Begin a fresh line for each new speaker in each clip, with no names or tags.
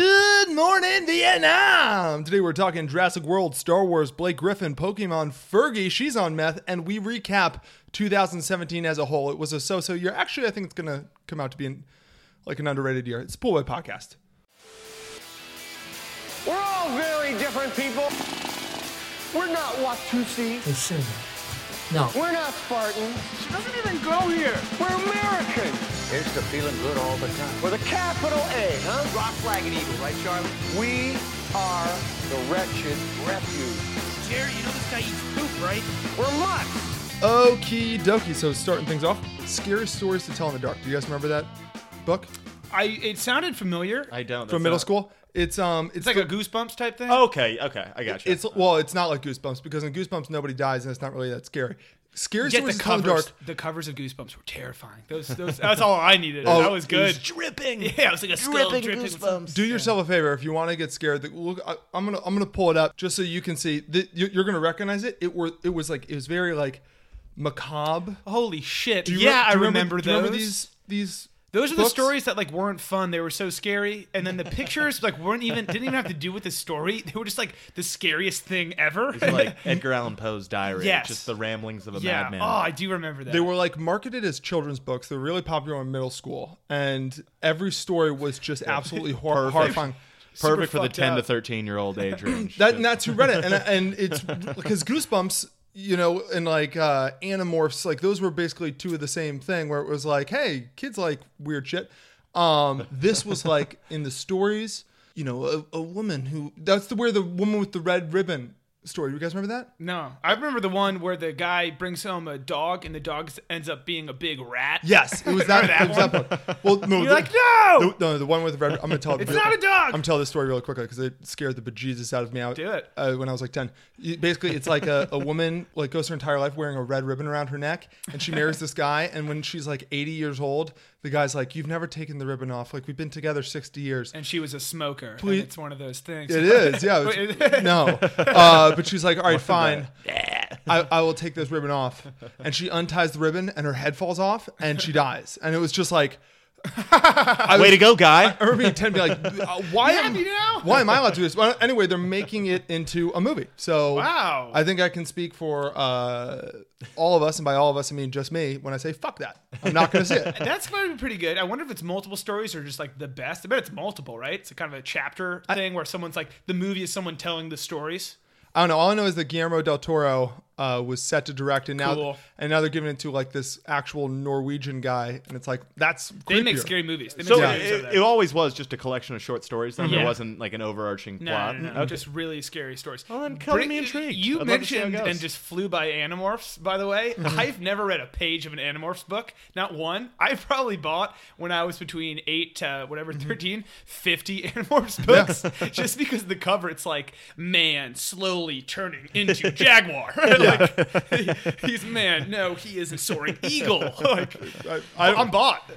Good morning, Vietnam! Today we're talking Jurassic World, Star Wars, Blake Griffin, Pokemon, Fergie, she's on meth, and we recap 2017 as a whole. It was a so so year. Actually, I think it's going to come out to be an, like an underrated year. It's Poolboy Podcast.
We're all very different people. We're not Watusi.
They should No.
We're not Spartan. She doesn't even go here. We're American.
Here's to feeling good all the time.
With a capital A, huh?
Rock, flag, and eagle, right, Charlie?
We are the wretched refuge.
Jerry, you know this guy eats poop, right?
We're mutts.
Okie dokie. So, starting things off, Scary Stories to Tell in the Dark. Do you guys remember that book
I. It sounded familiar.
I don't.
from
that's
middle
not-
school? It's um, it's,
It's like a Goosebumps type thing.
Oh,
Okay, okay, I got you.
It's well, it's not like Goosebumps because in Goosebumps nobody dies and it's not really that scary. Scary
Yet the
Stories to Tell in
covers,
the Dark.
the covers of Goosebumps were terrifying. Those, those, that's all I needed.
Oh,
that was good.
dripping.
yeah, it was like a skull dripping. with some-
Do yourself a favor if you want to get scared. the- Look, I, I'm gonna I'm gonna pull it up just so you can see. The, you, you're gonna recognize it. It were it was like it was very like macabre.
Holy shit!
Do you
yeah,
re- do you
I remember,
do you remember
those.
these these.
Those are the
books?
stories that like weren't fun. They were so scary, and then the pictures like weren't even didn't even have to do with the story. They were just like the scariest thing ever.
like Edgar Allan Poe's diary.
Yes.
Just the ramblings of a
yeah.
madman.
Oh, I do remember that.
They were like marketed as children's books. They're really popular in middle school, and every story was just absolutely hor-
Perfect.
horrifying.
Perfect for the
fucked
10 to
up.
13 year old age range.
That
Just-
and that's who read it, and and it's because Goosebumps, you know, and like uh, Animorphs, like those were basically two of the same thing, where it was like, hey, kids like weird shit. Um, this was like in the stories, you know, a, a woman who that's the where the woman with the red ribbon story. You guys remember that?
no, I remember the one where the guy brings home a dog, and the dog ends up being a big rat.
Yes, it was that.
Remember
it was that book. Well, no,
You're
the-
like, no!
the, no, the one with the red. I'm gonna tell.
It's not a dog!
I'm gonna tell this story really quickly because it scared the bejesus out of me. I,
Do it.
uh, when I was like ten. You- Basically, it's like a, a woman like goes her entire life wearing a red ribbon around her neck, and she marries this guy. And when she's like 80 years old, the guy's like, "You've never taken the ribbon off. Like we've been together 60 years."
and she was a smoker. and
Please-
it's one of those things.
It is, yeah. it was- no, uh, but she's like, all right, fine. I, I will take this ribbon off, and she unties the ribbon, and her head falls off, and she dies. And it was just like, I
Way
was-
to go, guy.
I remember being ten, being like, uh, why am
Happy now?
why am I allowed to do this? Well, anyway, they're making it into a movie. So
Wow.
I think I can speak for uh, all of us, and by all of us, I mean just me when I say fuck that. I'm not going to see it.
That's going to be pretty good. I wonder if it's multiple stories or just like the best. I bet it's multiple, right? It's a kind of a chapter thing where someone's like the movie is someone telling the stories.
I don't know. All I know is that Guillermo del Toro uh, was set to direct, and now
Cool.
and now they're giving it to like this actual Norwegian guy, and it's like that's
They make
creepier.
scary movies. They make
So
scary
it,
movies of
it,
that.
it always was just a collection of short stories. Then
Yeah.
There wasn't like an overarching
no,
plot.
no, no, no.
Okay.
just really scary stories.
Well, then color
Bri-
me intrigued.
You
I'd love to see how it
mentioned
goes. Mm-hmm.
and just flew by Animorphs. By the way, I've never read a page of an Animorphs book, not one. I probably bought when I was between eight to whatever
Mm-hmm.
13, 50 Animorphs books, just because the cover it's like man slowly turning into jaguar. like he's man, no, he is a soaring eagle. like
I, I,
I'm
don't,
bought.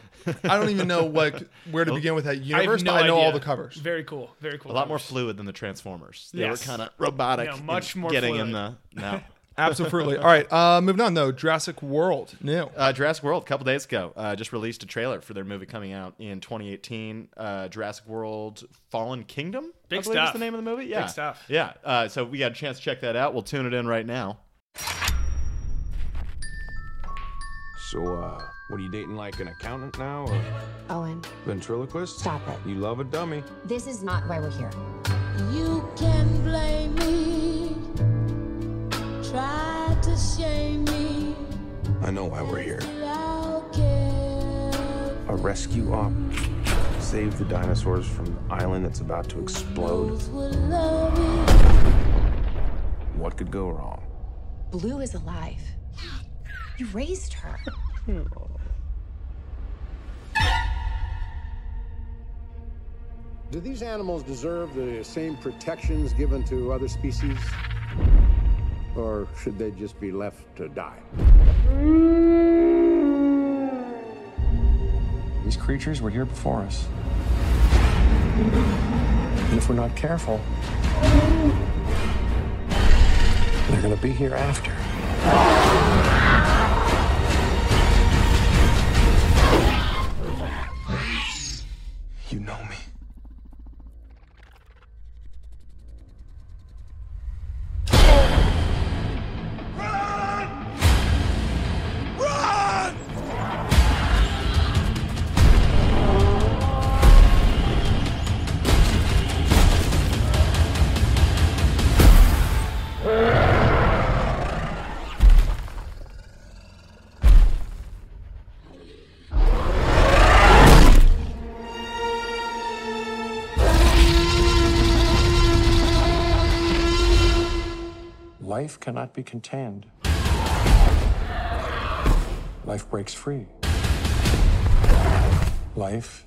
I don't even know like where to begin with that
I,
universe,
have no
but I know all
idea.
the covers.
Very cool. Very cool.
a lot more fluid than the Transformers. They
Yes.
were kind of robotic.
No,
in
much more
Getting
fluid.
in the. No.
Absolutely. All right, uh, moving on though. Jurassic World, new.
Uh, Jurassic World, a couple days ago, uh, just released a trailer for their movie coming out in 2018. Uh, Jurassic World Fallen Kingdom?
Big
I believe
stuff.
is the name of the movie? Yeah.
stuff.
Yeah. Uh, so we got a chance to check that out. We'll tune it in right now.
So, uh, what are you dating like an accountant now? A
Owen,
ventriloquist?
Stop it.
You love a dummy.
this is not why we're here.
You can blame me, try to shame me,
I know why we're here.
but I'll care.
A rescue op. Save the dinosaurs from the island that's about to explode.
Those will love you.
What could go wrong?
Blue is alive. You raised her.
Do these animals deserve the same protections given to other species? Or should they just be left to die?
These creatures were here before us. And if we're not careful, they're gonna be here after. You know me. Life cannot be contained. Life breaks free. Life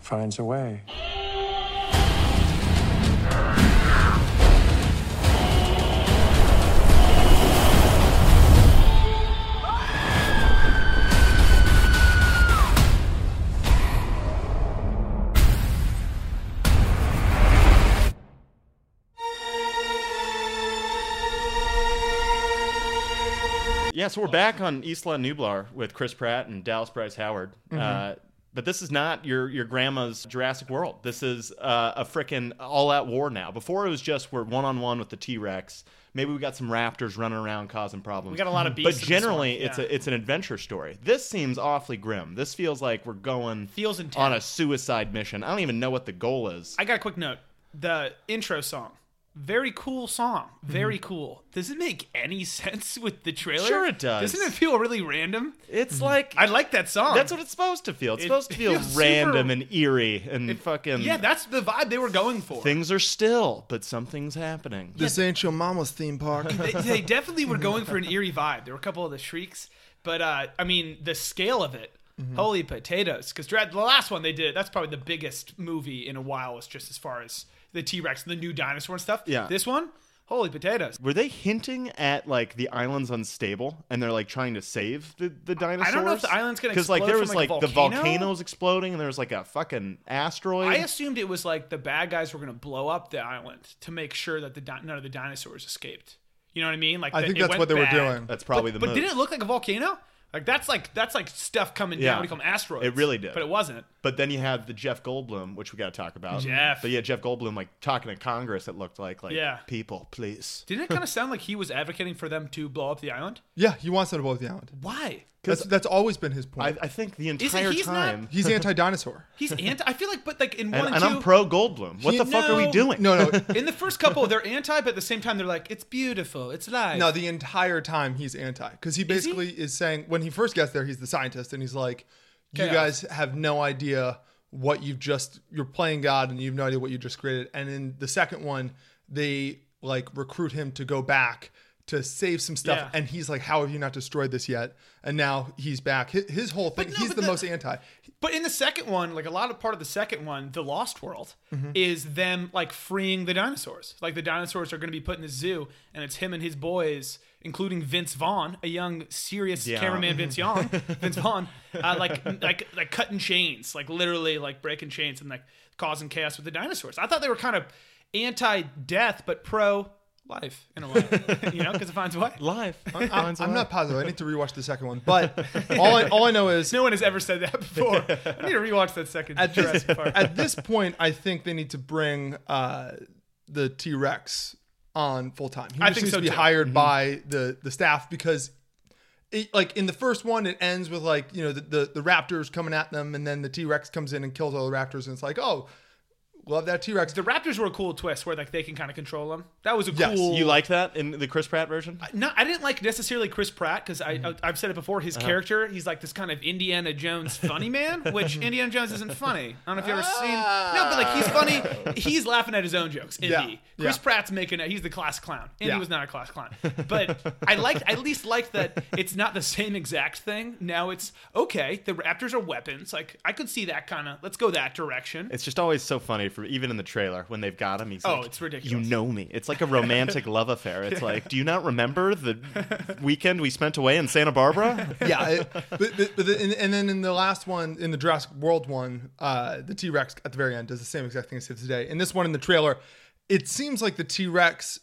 finds a way.
Yeah, so we're back on Isla Nublar with Chris Pratt and Dallas Bryce Howard.
Mm-hmm.
Uh, but this is not your, your grandma's Jurassic World. This is uh, a freaking all out war now. Before it was just we're one on one with the T Rex. Maybe we got some raptors running around causing problems.
We got a lot of
But
beasts in this one,
generally, it's
yeah.
a it's an adventure story. This seems awfully grim. This feels like we're going
Feels
on a
intense.
suicide mission. I don't even know what the goal is.
I got a quick note. The intro song. Very cool song.
Mm-hmm.
Very cool. Does it make any sense with the trailer?
Sure it does.
Doesn't it feel really random?
It's like
Mm-hmm. I like that song.
that's what it's supposed to feel. It's
It
supposed to feel
feels super-
random and eerie and fucking
Yeah, that's the vibe they were going for.
things are still, but something's happening.
This ain't your mama's theme park.
they, they definitely were going for an eerie vibe. There were a couple of the shrieks, but uh, I mean the scale of it.
Mm-hmm.
Holy potatoes! Because the last one they did, that's probably the biggest movie in a while. Was just as far as the T Rex and the new dinosaur and stuff.
Yeah.
This one, holy potatoes!
Were they hinting at like the island's unstable and they're like trying to save the, the dinosaurs?
if the island's gonna
like
explode
there
from,
was
like, a
the
volcano?
volcano's exploding and there was like a fucking asteroid.
I
Mm.
assumed it was like the bad guys were going to blow up the island to make sure that the di- none of the dinosaurs escaped. You know what I mean? Like
I
the-
think
it
that's
went
what they
bad.
were doing.
That's probably the
But
move.
didn't it look like a volcano? Like that's like that's like stuff coming
Yeah.
down. What do you call them? Asteroids.
It really did.
but it wasn't.
But then you have the Jeff Goldblum, which we got to talk about.
Jeff.
But yeah, Jeff Goldblum like talking to Congress. It looked like like
Yeah.
people, please.
Didn't it kind of sound like he was advocating for them to blow up the island?
yeah, he wants them to blow up the island.
Why?
That's that's always been his
I,
point.
I think the
Is it-
entire
he's not-
time.
He's anti-dinosaur.
He's anti. I feel like, but like in one
and,
and,
and
two,
I'm pro Goldblum. What
He-
the fuck are we
no.
doing?
No, no,
in the first couple they're anti, but at the same time they're like, it's beautiful, it's live.
no. The entire time he's anti because he basically is, saying when he first gets there, he's the scientist, and he's like, "You
Chaos.
guys have no idea what you've just you're playing God, and you have no idea what you just created." And in the second one, they like recruit him to go back to save some stuff,
Yeah.
and he's like, "How have you not destroyed this yet?" And now he's back. His, his whole thing.
no,
he's
but
the,
the-
most anti.
But in the second one, like a lot of part of the second one, the Lost World
Mm-hmm.
is them like freeing the dinosaurs. Like the dinosaurs are going to be put in the zoo, and it's him and his boys, including Vince Vaughn, a young serious
Yeah.
cameraman, Vince Young, Vince Vaughn, uh, like like like cutting chains, like literally like breaking chains and like causing chaos with the dinosaurs. I thought they were kind of anti-death but pro-life in a way, you know, because it finds a way.
Life.
I'm, I'm not positive. I need to rewatch the second one, but all I, all I know is
No one has ever said that before. I need to rewatch that second
at this,
Jurassic Park.
at this point, I think they need to bring uh, the T Rex on full time. He
I
just
think
needs
so,
to be
too. Mm-hmm.
hired by the the staff because. It, like in the first one, it ends with like you know the, the, the raptors coming at them, and then the T Rex comes in and kills all the raptors, and it's like oh, love that T Rex.
The Raptors were a cool twist where like they can kind of control them. That was a
Yes,
cool.
You like that in the Chris Pratt version?
No, I didn't like necessarily Chris Pratt because I,
Mm-hmm.
I I've said it before. His
Uh-huh.
character, he's like this kind of Indiana Jones funny man, which Indiana Jones isn't funny. I don't know if you ever seen. No, but like he's funny. He's laughing at his own jokes. Indy.
Ah. Yeah,
Chris
yeah.
Pratt's making it. He's the class clown. Indy
Yeah.
was not a class clown. But I liked. I at least liked that it's not the same exact thing. Now it's okay. The Raptors are weapons. Like I could see that kind of. Let's go that direction.
It's just always so funny for even in the trailer when they've got him. He's
Oh,
like,
it's ridiculous.
You know me. It's like a romantic love affair. It's like, do you not remember the weekend we spent away in Santa Barbara?
yeah, it- but, but, but the, and, and then in the last one, in the Jurassic World one, uh, the T Rex at the very end does the same exact thing as he did today. In this one, in the trailer, it seems like the T Rex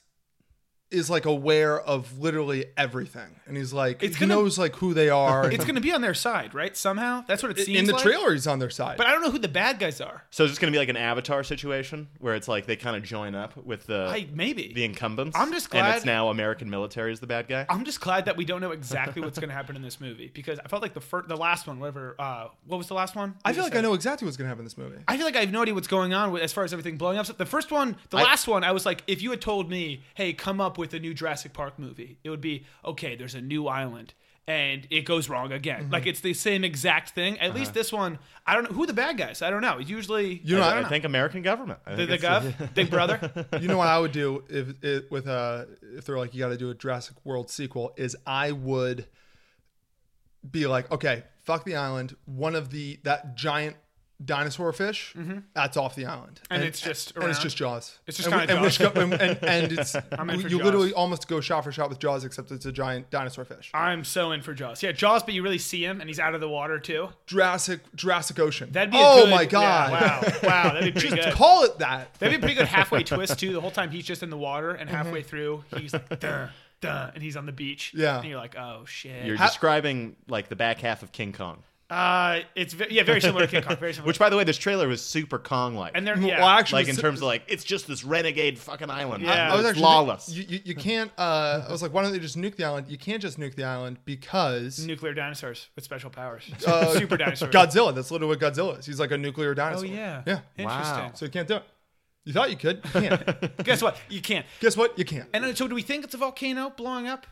is like aware of literally everything, and he's like
It's
he
gonna-
knows like who they are.
It's going to be on their side, right? Somehow that's what it seems.
in the
like.
trailer, he's on their side.
But I don't know who the bad guys are.
So it's just gonna be like an Avatar situation where it's like they kind of join up with the
I maybe.
the incumbents.
I'm just
and
glad-
it's now American military is the bad guy.
I'm just glad that we don't know exactly what's going to happen in this movie because I felt like the first, the last one, whatever. Uh, what was the last one?
I
We
feel
just
like I
said-
know exactly what's going to happen in this movie.
I feel like I have no idea what's going on with, as far as everything blowing up. So the first one, the last one, I was like, if you had told me, hey, come up with a new Jurassic Park movie, it would be okay. There's a new island. and it goes wrong again.
Mm-hmm.
Like it's the same exact thing. At
Uh-huh.
least this one, I don't know who the bad guys. I don't know. It's usually
You know,
I,
I,
I think American government. I
the,
think
the
it's-
gov, Big Brother.
you know what I would do if it with uh if they're like you got to do a Jurassic World sequel is I would be like okay fuck the island one of the that giant dinosaur fish that's off the island
Mm-hmm. And it's just
and it's
around.
just Jaws
It's just
and, we-
kinda
and which
Jaws.
go- and, and, and it's
in
you
for
you
Jaws.
literally almost go shot for shot with Jaws except it's a giant dinosaur fish
I'm so in for Jaws. Yeah, Jaws, but you really see him, and he's out of the water too.
Jurassic Jurassic Ocean
That'd be a
oh
good-
my
yeah,
god
wow, wow, that'd be pretty
just
good.
call Mm-hmm. it that
That'd be a pretty good halfway twist too. The whole time he's just in the water, and halfway through he's like, duh, duh, and he's on the beach.
Yeah.
and you're like, oh shit.
You're describing like the back half of King Kong,
uh, it's ve- yeah, very similar to King Kong. Very similar.
which by the way, this trailer was super Kong like.
and they're
Well,
yeah,
actually,
like in
so-
terms of like it's just this renegade fucking island.
I
Yeah.
was
It's
actually
lawless.
You, you, you can't. Uh, I was like, why don't they just nuke the island? You can't just nuke the island because
nuclear dinosaurs with special powers,
uh,
super dinosaurs.
Godzilla. That's literally what Godzilla is. He's like a nuclear
Oh
dinosaur.
yeah,
Yeah.
Interesting.
Wow.
So you can't do it. You thought you could. You can't.
Guess what? You can't.
Guess what? You can't.
And then, so, do we think it's a volcano blowing up,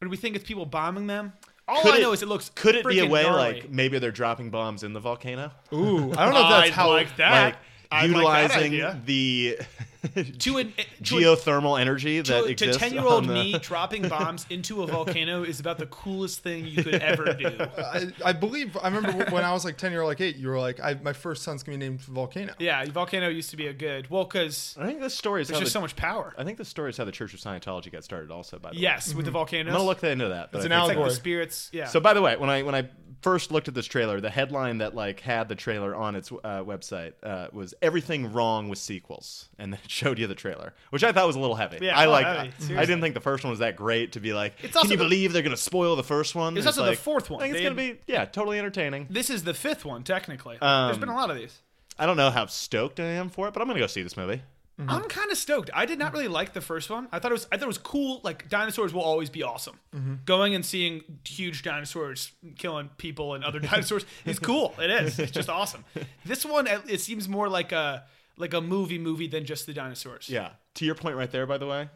or do we think it's people bombing them? All
Could
I
it-
know is it looks
Could it be a
freaking
way
gnarly.
like maybe they're dropping bombs in the volcano?
Ooh, I don't know if that's
I'd
how.
like that.
Like
I'd like that
utilizing
idea.
the
to an to, a-
geothermal energy that
to, a- to
exists.
ten year old
on the-
me dropping bombs into a volcano is about the coolest thing you could ever do.
I, I believe I remember when I was like ten year old, like eight. You were like, I, "My first son's gonna be named Volcano."
Yeah, volcano used to be a good well because
I think this story is
there's
how
just
the-
so much power.
I think this story is how the Church of Scientology got started. Also, by the way,
Yes, with the volcanoes.
I'm gonna look into that. but
It's
I
an
think so.
It's like
allegory.
the spirits. Yeah.
So by the way, when I when I first looked at this trailer, the headline that like had the trailer on its uh, website uh, was "Everything Wrong with Sequels," and then it showed you the trailer, which I thought was a little heavy.
Yeah,
I
oh,
like
heavy,
I,
seriously.
didn't think the first one was that great to be like.
It's
can
also
you
the-
believe they're gonna spoil the first one?
It's also the
like,
fourth one.
I think it's
They-
gonna be yeah, totally entertaining.
this is the fifth one technically.
Um,
there's been a lot of these.
I don't know how stoked I am for it, but I'm gonna go see this movie.
I'm kind of stoked. I did not really like the first one. I thought it was I thought it was cool. Like dinosaurs will always be awesome.
Mm-hmm.
Going and seeing huge dinosaurs killing people and other dinosaurs is cool. It is. It's just awesome. This one it it seems more like a like a movie movie than just the dinosaurs.
Yeah. To your point right there, by the way,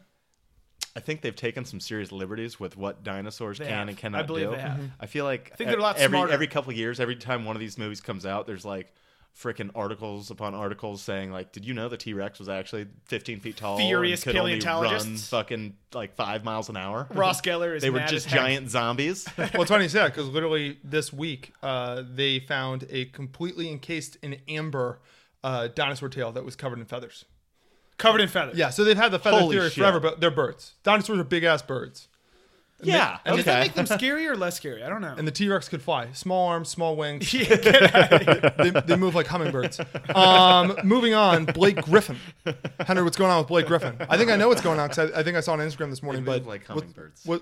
I think they've taken some serious liberties with what dinosaurs
They
can
have.
and
I
cannot
believe
do. Mm-hmm.
they have. Mhm.
I feel like I
think they're a lot
every
smarter.
every couple of years, every time one of these movies comes out, there's like freaking articles upon articles saying like, "Did you know the T Rex was actually 15 feet tall? and
Furious
could only run
paleontologists.
fucking like five miles an hour."
Ross Geller is
they were
mad
just
as heck.
giant zombies.
Well, it's funny you say that because literally this week uh, they found a completely encased in amber uh, dinosaur tail that was covered in feathers.
covered in feathers.
Yeah, so they've had the feather
Holy
theory
shit.
forever, but they're birds. Dinosaurs are big ass birds.
yeah.
Does that
Okay.
make them scary or less scary? I don't know.
and the T Rex could fly. Small arms, small wings.
Yeah, get out of here.
They, they move like hummingbirds. Um, moving on, Blake Griffin. Henry, what's going on with Blake Griffin? I think I know what's going on because I, I think I saw on Instagram this morning.
move
but
like
what-
hummingbirds.
What,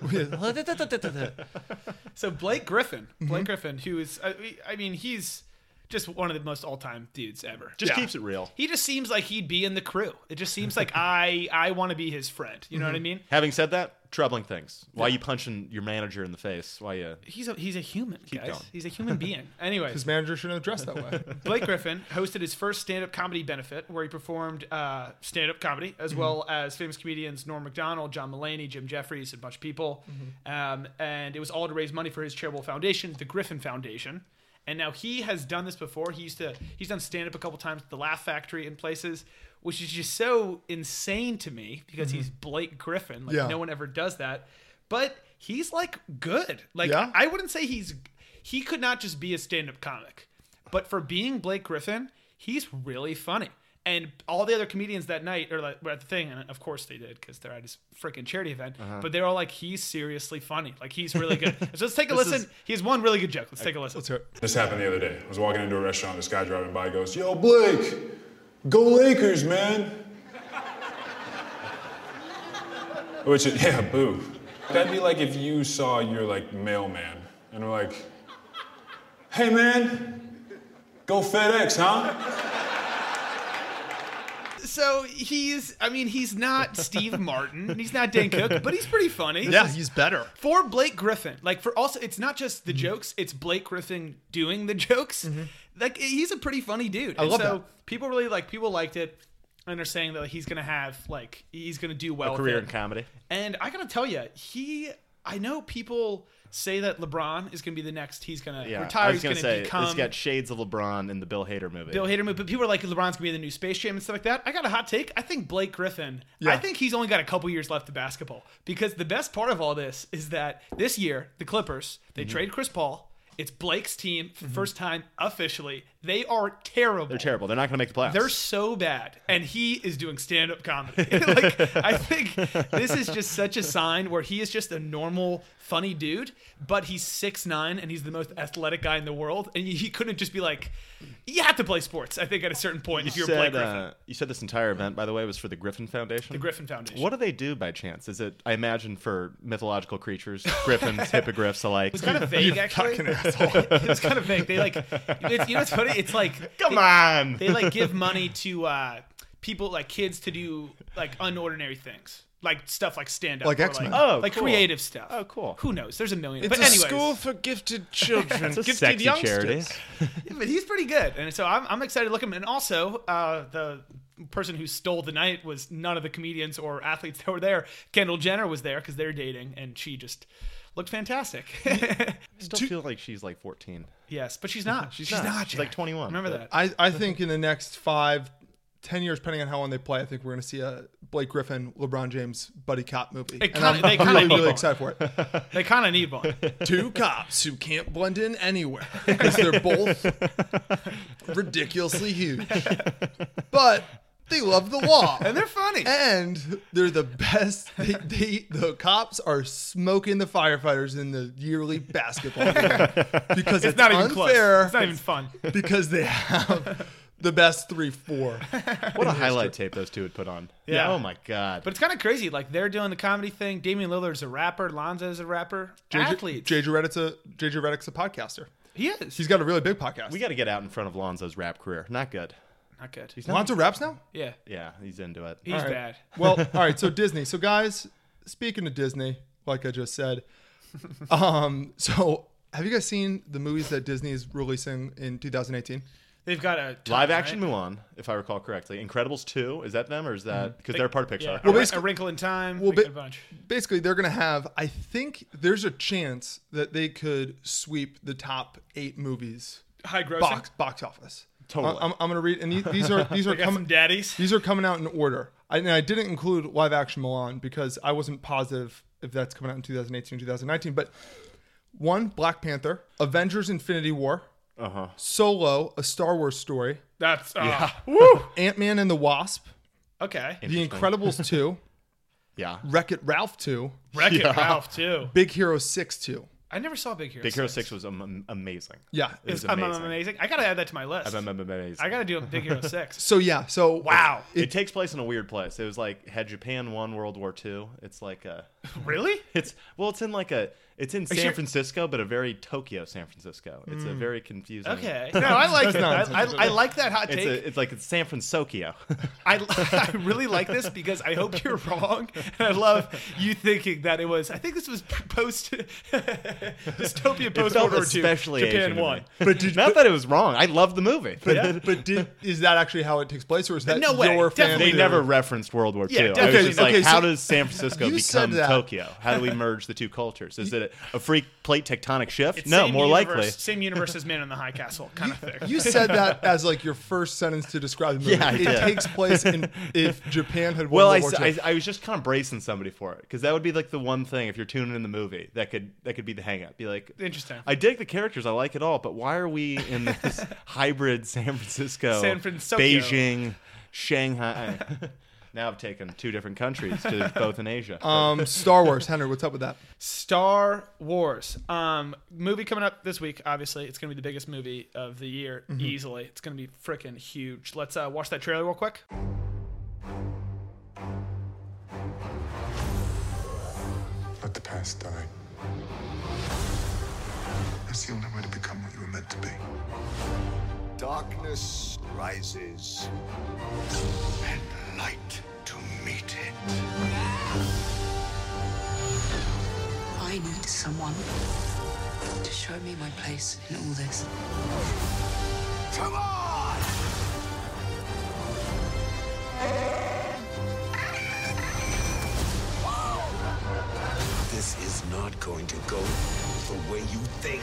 So Blake Griffin,
Mm-hmm.
Blake Griffin, who is, I, I mean, he's just one of the most all-time dudes ever.
Just keeps it real.
He just seems like he'd be in the crew. It just seems like I, I want to be his friend. You know what I mean?
Having said that, troubling things. Why you punching your manager in the face? Why you?
He's a, he's a human, guys.
going.
He's a human being. Anyway,
his manager shouldn't have dressed that way.
Blake Griffin hosted his first stand-up comedy benefit, where he performed uh, stand-up comedy as
Mm-hmm.
well as famous comedians Norm Macdonald, John Mulaney, Jim Jeffries, and a bunch of people.
Mm-hmm.
Um, and it was all to raise money for his charitable foundation, the Griffin Foundation. And now he has done this before. He used to he's done stand-up a couple times at the Laugh Factory in places, which is just so insane to me because he's Blake Griffin. Like
Mm-hmm. Yeah.
no one ever does that. But he's like good. Like
Yeah?
I wouldn't say he's he could not just be a stand-up comic. But for being Blake Griffin, he's really funny. And all the other comedians that night, or like, were at the thing, and of course they did because they're at his freaking charity event.
Uh-huh.
But they're all like, "He's seriously funny. Like he's really good." so let's take a listen. he has one really good joke. Let's take a listen.
Let's hear it.
This happened the other day. I was walking into a restaurant. This guy driving by goes, "Yo, Blake, go Lakers, man!" Which, is, yeah, boo. That'd be like if you saw your like mailman and were like, "Hey, man, go FedEx, huh?"
So he's, I mean, he's not Steve Martin, and he's not Dan Cook, but he's pretty funny.
Yeah, he's better.
for Blake Griffin, like for also, it's not just the jokes; it's Blake Griffin doing the jokes.
Mm-hmm.
Like he's a pretty funny dude. I
love
so
that.
People really like. People liked it, and they're saying that like, he's gonna have like he's gonna do well. with
Career
it.
in comedy.
And I gotta tell you, he I know people say that LeBron is going to be the next. He's going to
Yeah, I
retire.
was
He's going
gonna
to
say
become.
it's got shades of LeBron in the Bill Hader movie.
Bill Hader movie, but people are like LeBron's gonna be the new Space Jam and stuff like that. I got a hot take. I think Blake Griffin.
Yeah.
I think he's only got a couple years left to basketball because the best part of all this is that this year the Clippers they trade Chris Paul. It's Blake's team for the first time officially. They are terrible.
They're terrible. They're not going to make the playoffs.
They're so bad, and he is doing stand-up comedy. like I think this is just such a sign where he is just a normal, funny dude, but he's six nine and he's the most athletic guy in the world, and he couldn't just be like, you have to play sports. I think at a certain point, if
you
you're
said,
Blake Griffin,
uh, you said this entire event, by the way, was for the Griffin Foundation.
the Griffin Foundation.
What do they do by chance? Is it, I imagine, for mythological creatures, griffins, hippogriffs alike?
It was kind of vague, actually. it was kind of vague. They like, it's, you know, what's funny. It's like,
Come
they-
on!
they like give money to uh, people like kids to do like unordinary things, like stuff like stand up,
Like X-Men.
Oh,
like
cool.
creative stuff.
Oh, cool.
Who knows? There's a million.
It's
but
a
anyways,
school for gifted children,
It's a
gifted
sexy
youngsters.
charity.
but he's pretty good, and so I'm, I'm excited to look at him. And also, uh, the person who stole the night was none of the comedians or athletes that were there. Kendall Jenner was there because they're dating, and she just looked fantastic.
I still feel like she's like 14.
yes, but she's not. She's, not.
She's like
Jack.
21.
Remember
but-
that.
I, I think in the next five, ten years, depending on how long they play, I think we're going to see a Blake Griffin, LeBron James, buddy cop movie.
It
and I'm
kinda- they kinda
really,
need
really
one.
excited for it.
They kind of need one.
Two cops who can't blend in anywhere because they're both ridiculously huge, but they love the law
And they're funny.
and they're the best. They, they the cops are smoking the firefighters in the yearly basketball game because it's,
It's not even
unfair.
close. It's not even fun.
because they have the best three four.
What a highlight tape those two would put on.
Yeah.
Oh, my God.
But it's kind of crazy. Like they're doing the comedy thing. Damian Lillard's a rapper. Lonzo's a rapper. Athletes.
JJ Reddick's a JJ Reddick's a podcaster.
he is.
He's got a really big podcast.
we got to get out in front of Lonzo's rap career. Not good.
not good.
Lonzo raps now.
yeah,
Yeah, he's into it.
he's bad.
Well, all right. So Disney. So guys, speaking of Disney, like I just said, um, so have you guys seen the movies that Disney is releasing in 2018?
They've got a ton,
Live action
right?
Mulan, if I recall correctly. Incredibles 2, is that them or is that because they're part of
Mm-hmm. Yeah,
Pixar?
a,
basically-
a Wrinkle in Time.
Well,
Well,
ba-
a bunch.
basically they're going to have i think there's a chance that they could sweep the top eight movies
High grossing.
box box office
Totally.
I, am going to read and these- these are these are
Got some
coming
daddies.
these are coming out in order I, and i didn't include live action milan because i wasn't positive if that's coming out in 2018 2019 but one black panther avengers infinity war
Uh-huh.
solo a star wars story
That's uh,
ant-man and the wasp
okay.
the incredibles 2
yeah.
wreck it ralph 2
Wreck It Ralph too.
big hero 6 2
I never saw Big Hero.
Big Hero 6 was am- amazing.
yeah
It was
I'm
amazing.
I'm amazing. I gotta add that to my list.
I'm amazing.
I gotta do Big Hero Six.
So yeah, so
Wow.
it, takes place in a weird place. It was like had Japan won World War II. It's like a,
Really?
it's well, it's in like a, it's in San
sure? Mm.
Francisco, but a very Tokyo San Francisco. It's a very confusing.
Okay. No, I like it. I, I, I like that hot
It's
take.
a, it's like it's San Francisco.
I, I really like this because I hope you're wrong. And I love you thinking that it was. I think this was post dystopia
It
post
felt
World War
especially
II. Japan
Asian to
won.
me. Not that it was wrong. I love the movie.
But, but did, is that actually how it takes place, or is that
No way.
your
Definitely
family?
They never referenced World War II. I
definitely
was just
not.
like,
Okay, so
how does San Francisco
you said
become
that.
Tokyo? How do we merge the two cultures? Is it a freak plate tectonic shift?
It's
no,
same
more
universe,
likely.
Same universe as Man in the High Castle, kind of thing.
You said that as like your first sentence to describe the movie.
Yeah, I
it
did.
takes place in if Japan had won
Well, I,
World War
I,
II.
I was just kind of bracing somebody for it because that would be like the one thing if you're tuning in the movie that could that could be the hang up. Be like,
Interesting.
I dig the characters, I like it all, but why are we in this hybrid San Francisco,
San Francisco.
Beijing, Shanghai? now I've taken two different countries to both in Asia.
um, Star Wars, Henry, what's up with that?
Star Wars. Um, movie coming up this week, obviously. It's going to be the biggest movie of the year,
Mm-hmm.
easily. It's going to be freaking huge. Let's uh, watch that trailer real quick.
Let the past die.
That's the only way to become what you were meant to be.
Darkness rises, and light to meet it.
I need someone to show me my place in all this.
Come on! This is not
going to go the way you think.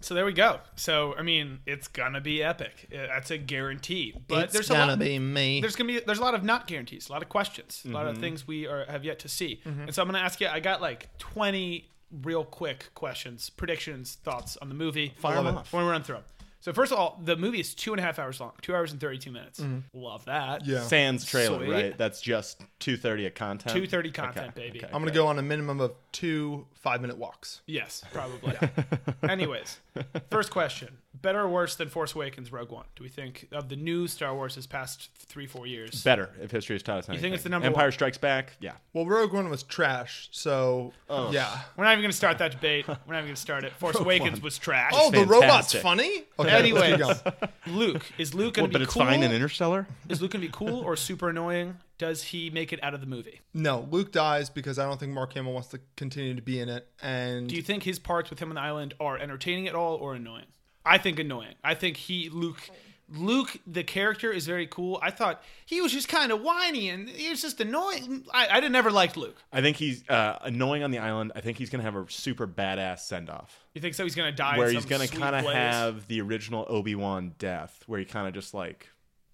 So there we go. So I mean, it's gonna be epic. Uh, That's a guarantee. But
It's
there's a
gonna
lot,
be me.
There's gonna be there's a lot of not guarantees, a lot of questions, a lot of
Mhm.
Mm-hmm.
things we are have yet to see.
Mhm.
And so I'm gonna ask you. I got like 20 real quick questions, predictions, thoughts on the movie.
Fire 'em
Love it.
off.
We're gonna run through 'em. So first of all, the movie is two and a half hours long, two hours and 32 minutes.
Mhm.
Love that.
Sans trailer,
Sweet.
right? That's just 230 of content.
230 content, baby.
I'm gonna go on a minimum of two five minute walks.
Yes, probably. Anyways, first question: Better or worse than Force Awakens, Rogue One? Do we think of the new Star Wars this past three, four years?
Better, if history has taught us
You
anything.
think it's the number
Empire
one?
Strikes Back? Yeah.
Well, Rogue One was trash, so
Oh.
yeah.
We're not even going to start that debate. We're not even going to start it. Force
Rogue
Awakens
One.
was trash.
Oh, the Fantastic. robot's funny? Okay, let's keep
Anyways,
going.
Luke is Luke going
Well,
to
but
be
it's
cool?
fine in Interstellar?
Is Luke going to be cool or super annoying? Does he make it out of the movie?
No, Luke dies because I don't think Mark Hamill wants to continue to be in it. And
Do you think his parts with him on the island are entertaining at all or annoying? I think annoying. I think he Luke Luke the character is very cool. I thought he was just kind of whiny and he was just annoying. I, I didn't never liked Luke.
I think he's uh, annoying on the island. I think he's going to have a super badass send off.
You think so? He's gonna die.
where he's
gonna
going to kind of have the original Obi Wan death, where he kind of just like,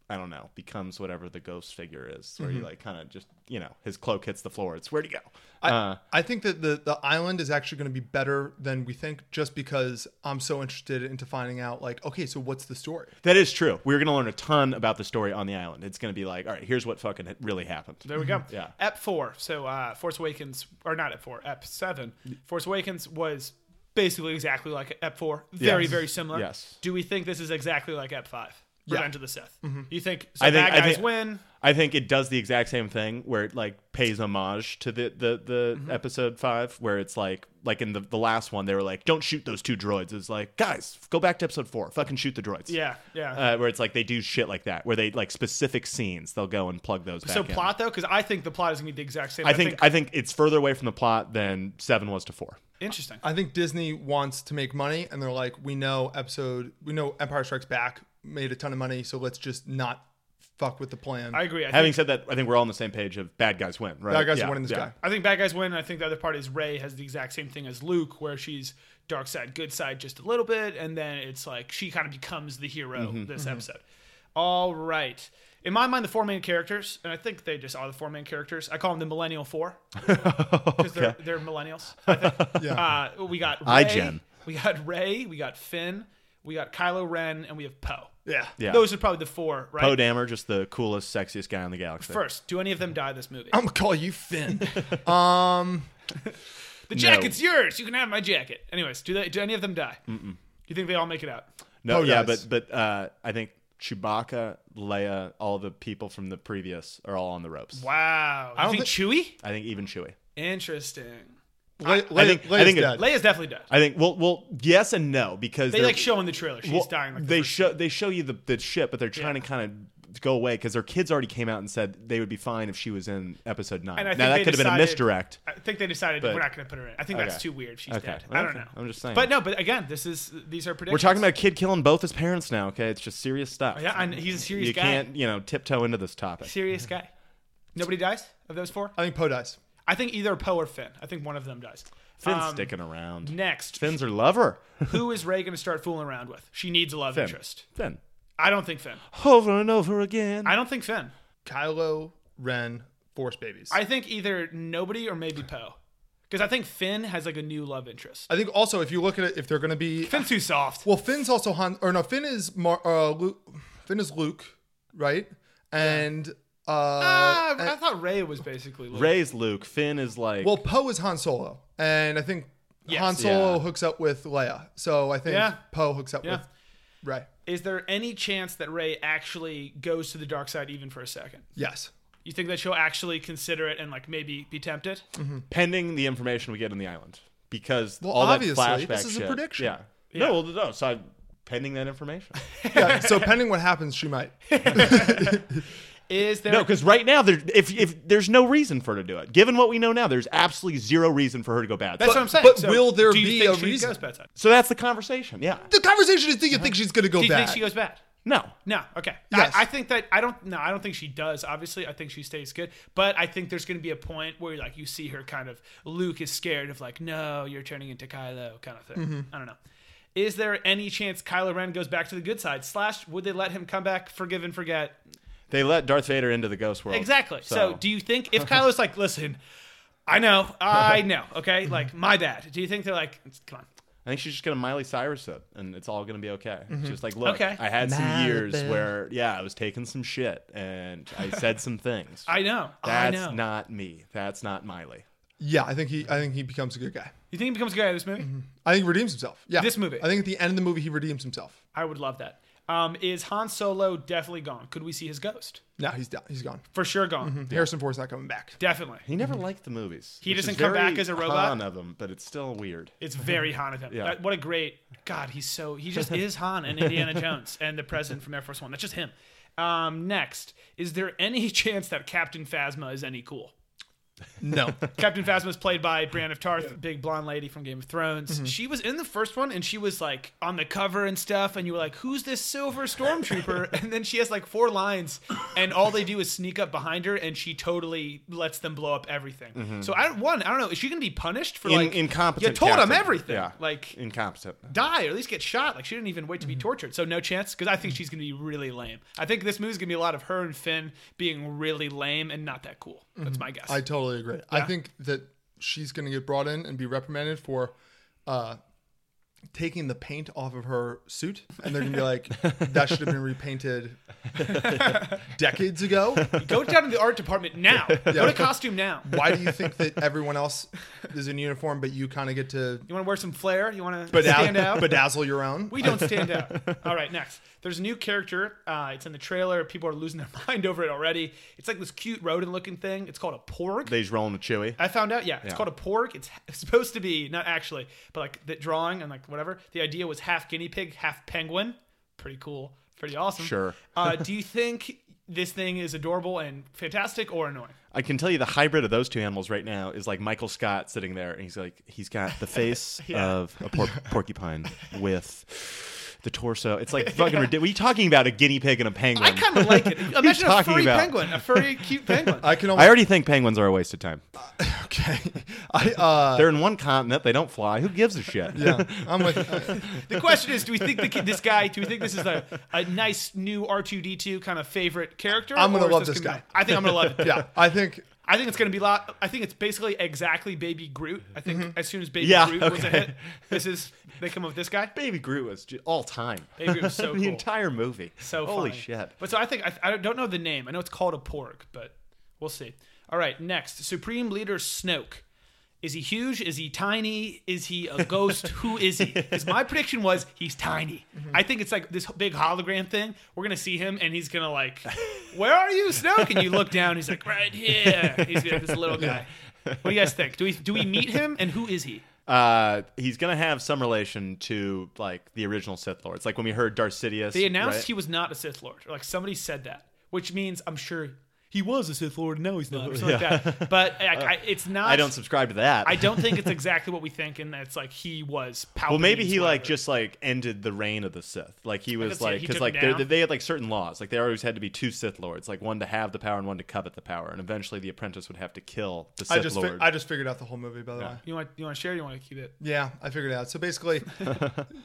I don't know, becomes whatever the ghost figure is, where
Mm-hmm.
he
Mhm.
like kind of just, you know, his cloak hits the floor. It's where'd he go?
I,
uh,
I think that the, the island is actually going to be better than we think just because I'm so interested into finding out, like, okay, so what's the story?
that is true. We're going to learn a ton about the story on the island. It's going to be like, all right, here's what fucking it really happened.
There we go.
Mm-hmm. Yeah.
Ep four. So uh, Force Awakens, or not Ep four, Ep seven. Force Awakens was basically exactly like Ep four. Very,
Yes.
very similar.
Yes.
Do we think this is exactly like Ep five?
Yeah.
Revenge of the Sith.
Mhm.
You think so? bad guys win.
I think it does the exact same thing where it like pays homage to the the, the
Mm-hmm.
episode five, where it's like like in the, the last one they were like, "Don't shoot those two droids." It's like, guys, go back to episode four, fucking shoot the droids.
Yeah, yeah.
Uh, where it's like they do shit like that, where they like specific scenes, they'll go and plug those.
So
back in.
plot though, because I think the plot is gonna be the exact same.
I think I think it's further away from the plot than seven was to four.
Interesting.
I think Disney wants to make money, and they're like, we know episode, we know Empire Strikes Back made a ton of money, so let's just not fuck with the plan.
I agree. I
Having
think-
said that, I think we're all on the same page of bad guys win, right?
Bad guys
Yeah,
win in this
yeah.
guy.
I think bad guys win. and I think the other part is Ray has the exact same thing as Luke, where she's dark side, good side, just a little bit, and then it's like she kind of becomes the hero
Mhm.
this
Mhm.
episode. All right. In my mind, the four main characters, and I think they just are the four main characters. I call them the Millennial Four because they're,
Okay.
they're millennials. I think.
Yeah.
uh, we got Ray,
iGen.
we got Ray, we got Finn, we got Kylo Ren, and we have Poe. Yeah,
Yeah.
Those are probably the four, right?
Poe Dameron, just the coolest, sexiest guy in the galaxy.
First, do any of them die this movie?
I'm going to call you Finn. um,
The jacket's yours. You can have my jacket. Anyways, do they? Do any of them die?
Mm-mm.
You think they all make it out?
No,
Poe
yeah,
dies.
but but uh, I think Chewbacca, Leia, all the people from the previous are all on the ropes.
Wow. I
I
don't
don't
think Chewie.
I think even Chewie.
Interesting.
Le-
I think, I think it-
Leia's definitely dead.
I think well, well, yes and no because
They,
they're-
like, show in the trailer she's dying, like, the
they show they show you the, the shit, but they're trying to kind of go away because their kids already came out and said they would be fine if she was in episode nine.
And I
now
think
that
they
could have been a
decided-
misdirect.
I think they decided
but-
we're not going to put her in. I think that's
Okay.
too weird. if She's
Okay.
dead. I don't
Okay.
know.
I'm just saying.
But no. But again, this is these are
We're
predictions.
talking about a kid killing both his parents now. Okay, it's just serious stuff.
Yeah, and he's a serious
you
guy.
can't you know tiptoe into this topic.
serious guy. Nobody dies of those four.
I think Poe dies.
I think either Poe or Finn. I think one of them dies.
Finn's
Um,
sticking around.
Next,
Finn's her lover.
who is Ray going to start fooling around with? She needs a love
Finn.
interest.
Finn.
I don't think Finn.
Over and over again.
I don't think Finn.
Kylo Ren, Force Babies.
I think either nobody or maybe Poe. Because I think Finn has like a new love interest.
I think also if you look at it, if they're going to be
Finn's too soft.
Well, Finn's also Han, or no, Finn is Mar, uh, Luke, Finn is Luke, right? And uh,
Ah, I
and-
thought Ray was basically Luke.
Ray's Luke. Finn is like
well, Poe is Han Solo, and I think
Yes.
Han Solo
Yeah.
hooks up with Leia. So I think
Yeah.
Poe hooks up
Yeah.
with Ray.
Is there any chance that Ray actually goes to the dark side even for a second?
Yes.
You think that she'll actually consider it and like maybe be tempted?
Mm-hmm.
pending the information we get on the island because
Well,
all
obviously,
that flashback
this is a
shit-
prediction.
Yeah. No, well, no. So I, pending that information.
Yeah. so pending what happens, she might.
Is there
no, because right now there, if if there's no reason for her to do it, given what we know now, there's absolutely zero reason for her to go bad.
That's what I'm saying.
But
So,
will there
do you
be
think
a
she
reason?
Goes bad side?
So that's the conversation. Yeah.
The conversation is: Do you think she's going to go
Uh-huh. do you
back?
think she goes bad?
No.
No. Okay.
Yes.
I, I think that I don't. No, I don't think she does. Obviously, I think she stays good. But I think there's going to be a point where like you see her kind of Luke is scared of like, no, you're turning into Kylo kind of thing.
Mm-hmm.
Mhm.
I don't know. Is there any chance Kylo Ren goes back to the good side? Slash, would they let him come back, forgive and forget?
They let Darth Vader into the ghost world.
Exactly. So. do you think if Kylo's like, listen, I know, I know, okay,
Mm-hmm.
like my bad. Do you think they're like, come on?
I think she's just gonna Miley Cyrus it, and it's all gonna be okay.
Mm-hmm.
Mhm.
She's like, look,
Okay.
I had some years
Malibu.
where, yeah, I was taking some shit and I said some things.
I know. I
That's
know.
not me. That's not Miley.
Yeah, I think he. I think he becomes a good guy.
You think he becomes a guy in this movie?
Mm-hmm.
I think he redeems himself. Yeah,
This movie.
I think at the end of the movie he redeems himself.
I would love that. Um, is Han Solo definitely gone? Could we see his ghost?
No, he's done. He's gone.
For sure gone.
Mhm. Harrison Ford's not coming back.
Definitely.
He never liked the movies.
Mm-hmm. He
which is
doesn't come
very
back as a robot?
Han of them, but it's still weird.
It's very Han of him.
Yeah.
That- what a great God. He's so he just is Han and Indiana Jones and the president from Air Force One. That's just him. Um, next, is there any chance that Captain Phasma is any cool?
No.
Captain Phasma is played by Brienne of Tarth, big blonde lady from Game of Thrones.
Mm-hmm.
Mhm.
She was in the first one, and she was like on the cover and stuff. And you were like, "Who's this silver stormtrooper?" and then she has like four lines, and all they do is sneak up behind her, and she totally lets them blow up everything.
Mhm.
So I don't one, I don't know, is she gonna be punished for
In-
like
incompetent.
You told
captain.
them everything,
Yeah.
like
incompetent.
die or at least get shot. Like she didn't even wait to be
Mm-hmm.
tortured, so no chance. Because I think she's gonna be really lame. I think this movie's gonna be a lot of her and Finn being really lame and not that cool. That's
Mm-hmm.
my guess.
I totally agree. I
Yeah.
think that she's going to get brought in and be reprimanded for uh, taking the paint off of her suit, and they're going to be like, "That should have been repainted decades ago."
Go down to the art department now. Go
Yeah.
to costume now.
Why do you think that everyone else is in uniform, but you kind of get to
You want to wear some flair? You want to
bedaz-
stand out?
bedazzle your own?
We don't stand out. All right, next. There's a new character. Uh, it's in the trailer. People are losing their mind over it already. It's like this cute rodent-looking thing. It's called a porg.
They just rolling with Chewie.
I found out. Yeah, it's
Yeah.
called a porg. It's h- supposed to be not actually, but like the drawing and like whatever. The idea was half guinea pig, half penguin. Pretty cool. Pretty awesome.
Sure.
uh, do you think this thing is adorable and fantastic or annoying?
I can tell you the hybrid of those two animals right now is like Michael Scott sitting there, and he's like, he's got the face
Yeah.
of a por- porcupine with the torso. It's like fucking ridiculous. What are you talking about? A guinea pig and a penguin?
I kind of like it.
What are you
Imagine a
talking
furry
about?
penguin, a furry cute penguin.
I can almost.
I already think penguins are a waste of time.
Uh,
I, uh,
They're in one continent. They don't fly. Who gives a shit?
Yeah, I'm with.
the question is, do we think the, kid- this guy? Do we think this is a, a nice new R two D two kind of favorite character?
I'm gonna
or is
love this
gonna
guy.
be- I think I'm gonna love it.
Yeah, I think
I think it's gonna be a lot. I think it's basically exactly Baby Groot. I think
Mm-hmm.
as soon as Baby
Yeah,
Groot was a
okay.
hit, this is they come up with this guy.
Baby Groot was ju- all time.
Baby Groot was so
the
cool.
entire movie.
So
holy
funny.
shit.
But so I think I, I don't know the name. I know it's called a porg, but we'll see. All right, next Supreme Leader Snoke. Is he huge? Is he tiny? Is he a ghost? Who is he? Because my prediction was he's tiny.
Mm-hmm.
I think it's like this big hologram thing. We're gonna see him, and he's gonna like, "Where are you, Snoke?" And you look down, he's like, "Right here." He's like this little guy. What do you guys think? Do we do we meet him, and who is he?
Uh, he's gonna have some relation to like the original Sith Lord. It's like when we heard Darth Sidious.
They announced
right?
he was not a Sith Lord. Or like somebody said that, which means I'm sure he was a Sith Lord. Now he's not. Or something
Yeah. Uh,
like that. But I, I, it's not.
I don't subscribe to that.
I don't think it's exactly what we think, and that's like he was. Palpatine's
Well, maybe he
whatever.
like just like ended the reign of the Sith. Like he
could
was
see it.
like
He
because
took
like
him
they
down.
they had like certain laws. Like there always had to be two Sith lords, like one to have the power and one to covet the power. And eventually, the apprentice would have to kill the Sith
I just fi-
lord.
I just figured out the whole movie by the way.
You want you want to share? or You want to keep it?
Yeah, I figured it out. So basically,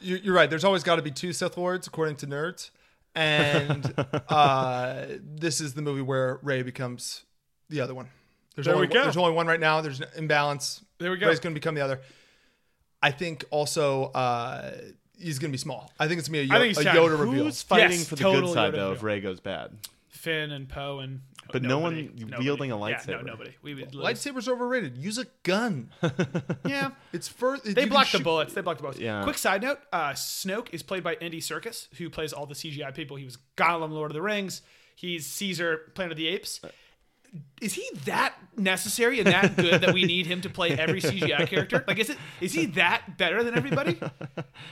you- you're right. There's always got to be two Sith Lords, according to nerds. And uh, this is the movie where Ray becomes the other one. There's
There
only
we go.
There's only one right now. There's an imbalance.
There we go.
Ray's going to become the other. I think also uh, he's going to be small. I think it's going to be a,
I
Yo-
think he's
a
tiny.
Yoda reveal.
Who's fighting
Yes,
for the
totally
good side
Yoda
though? If
reveal.
Ray goes bad,
Finn and Poe and.
But no one wielding a
Yeah, no,
lightsaber.
nobody. We would lose.
Lightsaber's overrated. Use a gun.
yeah,
it's first.
They blocked the bullets. They blocked the bullets.
Yeah.
Quick side note: uh, Snoke is played by Andy Serkis, who
Uh,
plays all the CGI people. He was Gollum, Lord of the Rings. He's Caesar, Planet of the Apes. is he that necessary and that good that we need him to play every CGI character? Like, is it is he that better than everybody?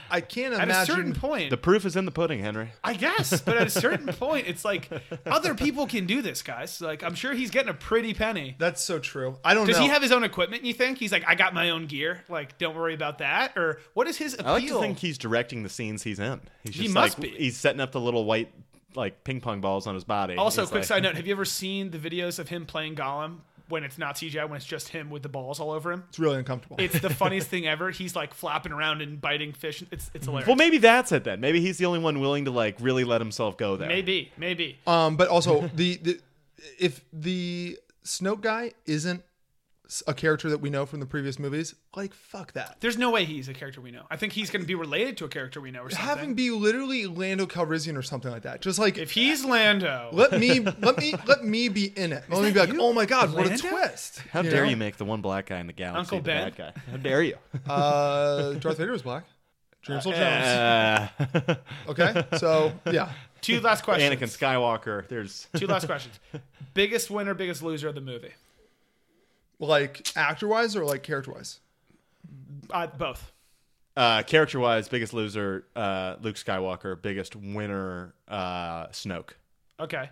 I can't
At
imagine.
a certain point,
The proof is in the pudding, Henry.
I guess, but at a certain point, it's like other people can do this, guys. Like, I'm sure he's getting a pretty penny.
That's so true. I
Oh,
don't
Does
know.
he have his own equipment? You think he's like, I got my own gear. Like, don't worry about that. Or what is his appeal?
I like to think he's directing the scenes he's in. He's
He
just
must
like
be.
he's setting up the little white like ping pong balls on his body.
Also,
He's
quick
like-
side note: Have you ever seen the videos of him playing Gollum when it's not CGI, when it's just him with the balls all over him?
It's really uncomfortable.
It's the funniest thing ever. He's like flopping around and biting fish. It's it's hilarious.
Well, maybe that's it then. Maybe he's the only one willing to like really let himself go there.
maybe, maybe.
Uh,
Um, but also the, the if the Snoke guy isn't s- a character that we know from the previous movies, like fuck that.
There's no way he's a character we know. I think he's going to be related to a character we know or something.
Have him be literally Lando Calrissian or something like that. Just like
if he's Lando,
let me let me let me be in it. Let me be like, oh my god, what a
Lando?
twist!
How dare
know?
you make the one black guy in the galaxy
Uncle
the
Ben?
bad guy? How dare you?
Uh, Darth Vader was black. James Earl Jones.
Uh,
okay, so yeah,
Two last questions.
Anakin Skywalker. There's
Two last questions. biggest winner, biggest loser of the movie.
like actor wise or like character wise.
Uh, both.
uh, character wise, biggest loser, uh, Luke Skywalker. Biggest winner, uh, Snoke.
Okay.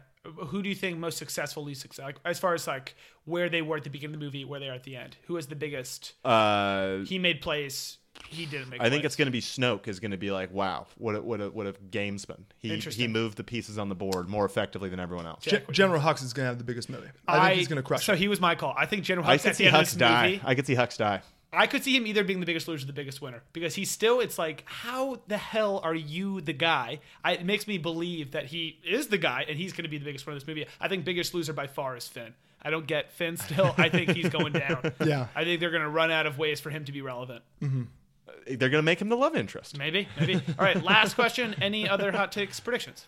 Who do you think most successful, least successful? Like, as far as like where they were at the beginning of the movie, where they are at the end. Who is the biggest?
Uh,
He made plays. He didn't make.
I think
plays.
it's going to be Snoke is going to be like, wow, what a, what a, what a gamesman. He he
Interesting.
moved the pieces on the board more effectively than everyone else.
Ge- General Hux is gonna have the biggest movie. I, think he's gonna crush
So
it.
he was my call. I think General
I
Hux
could
at
see
the end of this
Hux die.
movie.
I could see Hux die.
I could see him either being the biggest loser or the biggest winner because he's still, it's like, how the hell are you the guy? I, it makes me believe that he is the guy and he's going to be the biggest winner of this movie. I think biggest loser by far is Finn. I don't get Finn still. I think he's going down.
Yeah.
I think they're going to run out of ways for him to be relevant.
They're going to make him the love interest.
Maybe, maybe. All right, last question. Any other hot takes, predictions?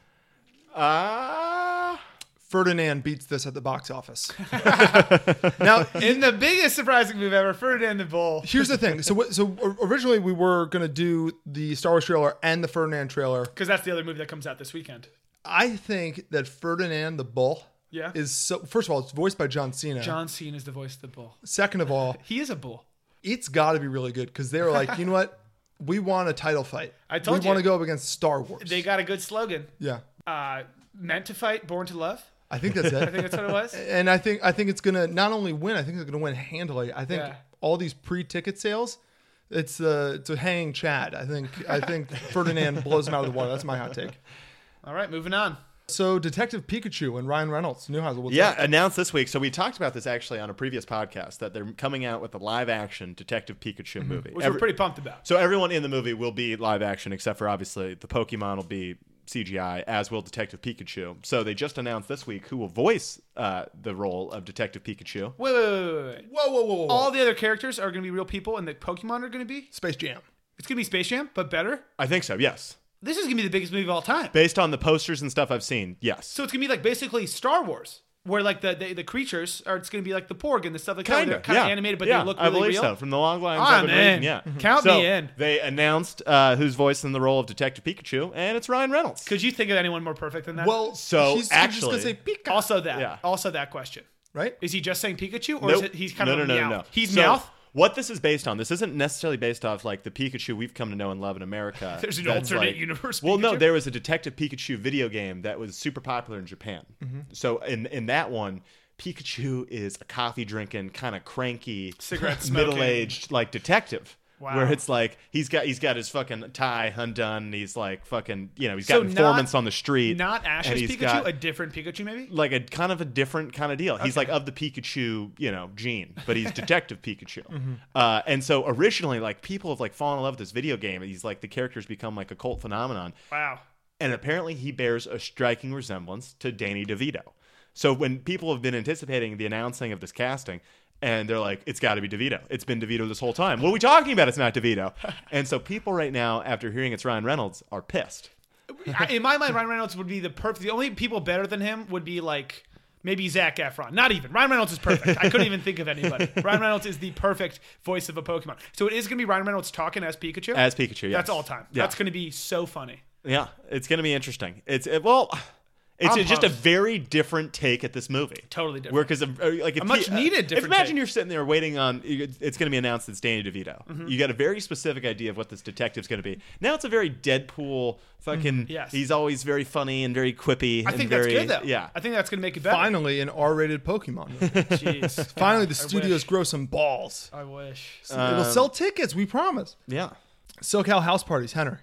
Uh,
Ferdinand beats this at the box office. now
In the biggest surprising move ever, Ferdinand the Bull.
here's the thing. So what- so or- originally we were gonna do the Star Wars trailer and the Ferdinand trailer.
Because that's the other movie that comes out this weekend.
I think that Ferdinand the Bull
Yeah.
is so. First of all, it's voiced by John Cena.
John Cena is the voice of the bull.
Second of all,
He is a bull.
it's got to be really good because they were like, you know what, we want a title fight.
I told
we want to
you.
go up against Star Wars.
They got a good slogan.
yeah.
Uh, meant to fight, born to love.
I think that's
I think
it.
that's what it was.
and I think I think it's gonna not only win. I think it's gonna win handily. I think
Yeah.
all these pre-ticket sales. It's uh, it's a hanging Chad. I think I think Ferdinand blows him out of the water. That's my hot take.
All right, moving on.
So Detective Pikachu and Ryan Reynolds, Newhouse. What's
yeah,
up?
announced this week. So we talked about this actually on a previous podcast that they're coming out with a live action Detective Pikachu movie.
Mm-hmm. Which
Every-
we're pretty pumped about.
so everyone in the movie will be live action except for obviously the Pokemon will be CGI as will Detective Pikachu. So they just announced this week who will voice uh, the role of Detective Pikachu.
Wait, wait, wait, wait, wait.
Whoa, whoa, whoa, whoa!
All the other characters are going to be real people, and the Pokemon are going to be.
Space Jam.
It's going to be Space Jam, but better.
I think so. Yes.
This is going to be the biggest movie of all time.
Based on the posters and stuff I've seen. Yes.
So it's going to be like basically Star Wars, where like the the, the creatures are. It's going to be like the Porg and the stuff like that. where they're kind of animated, but
yeah,
they look
I
really
believe
real.
so. From the long lines
Ah,
I've been
man.
reading, yeah.
Count
So
me in.
They announced uh, who's voicing the role of Detective Pikachu, and it's Ryan Reynolds.
Could you think of anyone more perfect than that?
Well,
So,
she's just
actually-
gonna say Pika,
also that.
Yeah.
Also that question.
right?
Is he just saying Pikachu, or
Nope.
is it he's kind of
no, no, no,
meow?
no, no.
He's
So,
mouth.
What this is based on, this isn't necessarily based off like the Pikachu we've come to know and love in America.
There's an
that's,
alternate universe
Well, no,
Pikachu?
there was a Detective Pikachu video game that was super popular in Japan.
Mm-hmm.
So in in that one, Pikachu is a coffee drinking, kind of cranky,
Cigarette smoking.
middle aged like detective.
Wow.
Where it's like he's got he's got his fucking tie undone. And he's like fucking you know he's got
So
informants
not-
on the street.
Not
and
Ash's
he's
Pikachu,
got-
a different Pikachu maybe.
like a kind of a different kind of deal. He's like of the Pikachu, you know, gene, but he's Detective Pikachu. Uh, and so originally, like people have like fallen in love with this video game. He's like the character's become like a cult phenomenon,
Wow.
and apparently he bears a striking resemblance to Danny DeVito. So when people have been anticipating the announcing of this casting. And they're like, it's got to be DeVito. It's been DeVito this whole time. What are we talking about? It's not DeVito. And so people right now, after hearing it's Ryan Reynolds, are pissed.
I- in my mind, Ryan Reynolds would be the perfect. The only people better than him would be like maybe Zach Efron. Not even Ryan Reynolds is perfect. I couldn't even think of anybody. Ryan Reynolds is the perfect voice of a Pokemon. So it is going to be Ryan Reynolds talking as Pikachu.
As Pikachu, yes.
That's all time.
Yeah.
That's going to be so funny.
Yeah, it's going to be interesting. It's it, well, It's
I'm
just a
pumped.
very different take at this movie.
Totally different.
Where because like if
A much
he- uh,
needed
if
different
imagine
take.
you're sitting there waiting on it's going to be announced it's Danny DeVito.
Mhm.
You got a very specific idea of what this detective's going to be. Now it's a very Deadpool fucking.
Mhm. Yes.
He's always very funny and very quippy.
I
and
think
very,
that's good though.
Yeah.
I think that's gonna make it better.
Finally, an R-rated Pokemon. movie.
Jeez.
Finally,
I
the studios grow some balls.
I wish.
So It'll
Um,
sell tickets. We promise.
Yeah.
SoCal house parties, Henry.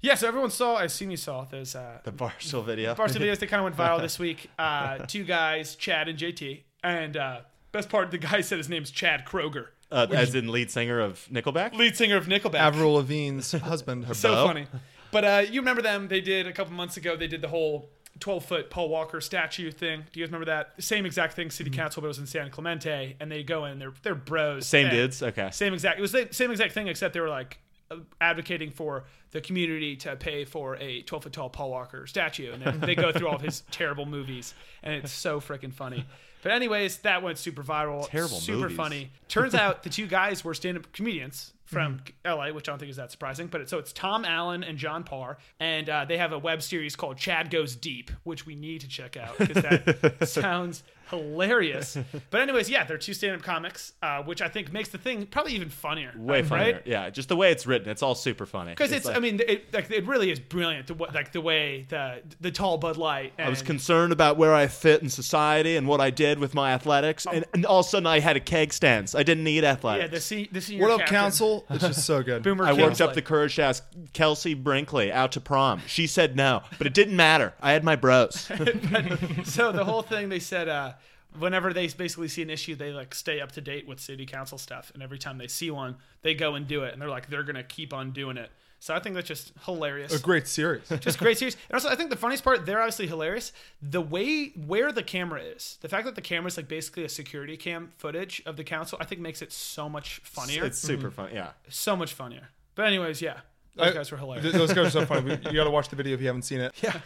Yeah, so everyone saw. I assume you saw those uh,
The Barstool video.
Barstool videos that kind of went viral this week. Uh, two guys, Chad and JT, and uh, best part, the guy said his name's Chad Kroger,
Uh,
which
as in lead singer of Nickelback.
lead singer of Nickelback.
Avril Lavigne's husband.
so funny. But uh, you remember them? They did a couple months ago. They did the whole twelve foot Paul Walker statue thing. Do you guys remember that? Same exact thing. City
Mm-hmm.
council, but it was in San Clemente, and they go in. They're they're bros.
Same
and-
dudes? Okay.
Same exact. It was the same exact thing, except they were like uh, advocating for the community to pay for a 12 foot tall Paul Walker statue, and then they go through all of his terrible movies, and it's so freaking funny. But anyways, that went super viral.
Terrible
super
movies.
funny. Turns out the two guys were stand up comedians from
Mm-hmm.
LA, which I don't think is that surprising. But it, so it's Tom Allen and John Parr, and uh, they have a web series called Chad Goes Deep, which we need to check out because that sounds hilarious. But anyways, yeah, they're two stand up comics, uh, which I think makes the thing probably even funnier.
Way
uh,
funnier.
right?
Yeah. Just the way it's written. It's all super funny.
Because it's,
like-
I mean, it, like, it really is brilliant. The, wa- like the way the the tall Bud Light. And,
I was concerned about where I fit in society and what I did with my athletics, and, and all of a sudden I had a keg stance. I didn't need athletics.
Yeah, the, se- the senior.
What up,
captain.
council? It's just so good.
Boomer
I worked
Kingsley.
up the courage to ask Kelsey Brinkley out to prom. She said no, but it didn't matter. I had my bros.
so the whole thing they said uh whenever they basically see an issue they like stay up to date with city council stuff and every time they see one they go and do it and they're like they're gonna keep on doing it so i think that's just hilarious
A great series.
just great series and also i think the funniest part they're obviously hilarious the way where the camera is the fact that the camera is like basically a security cam footage of the council i think makes it so much funnier
It's super fun. Yeah.
so much funnier but anyways yeah those
I-
guys were hilarious
th- those guys are so funny. We- You got to watch the video if you haven't seen it. Yeah.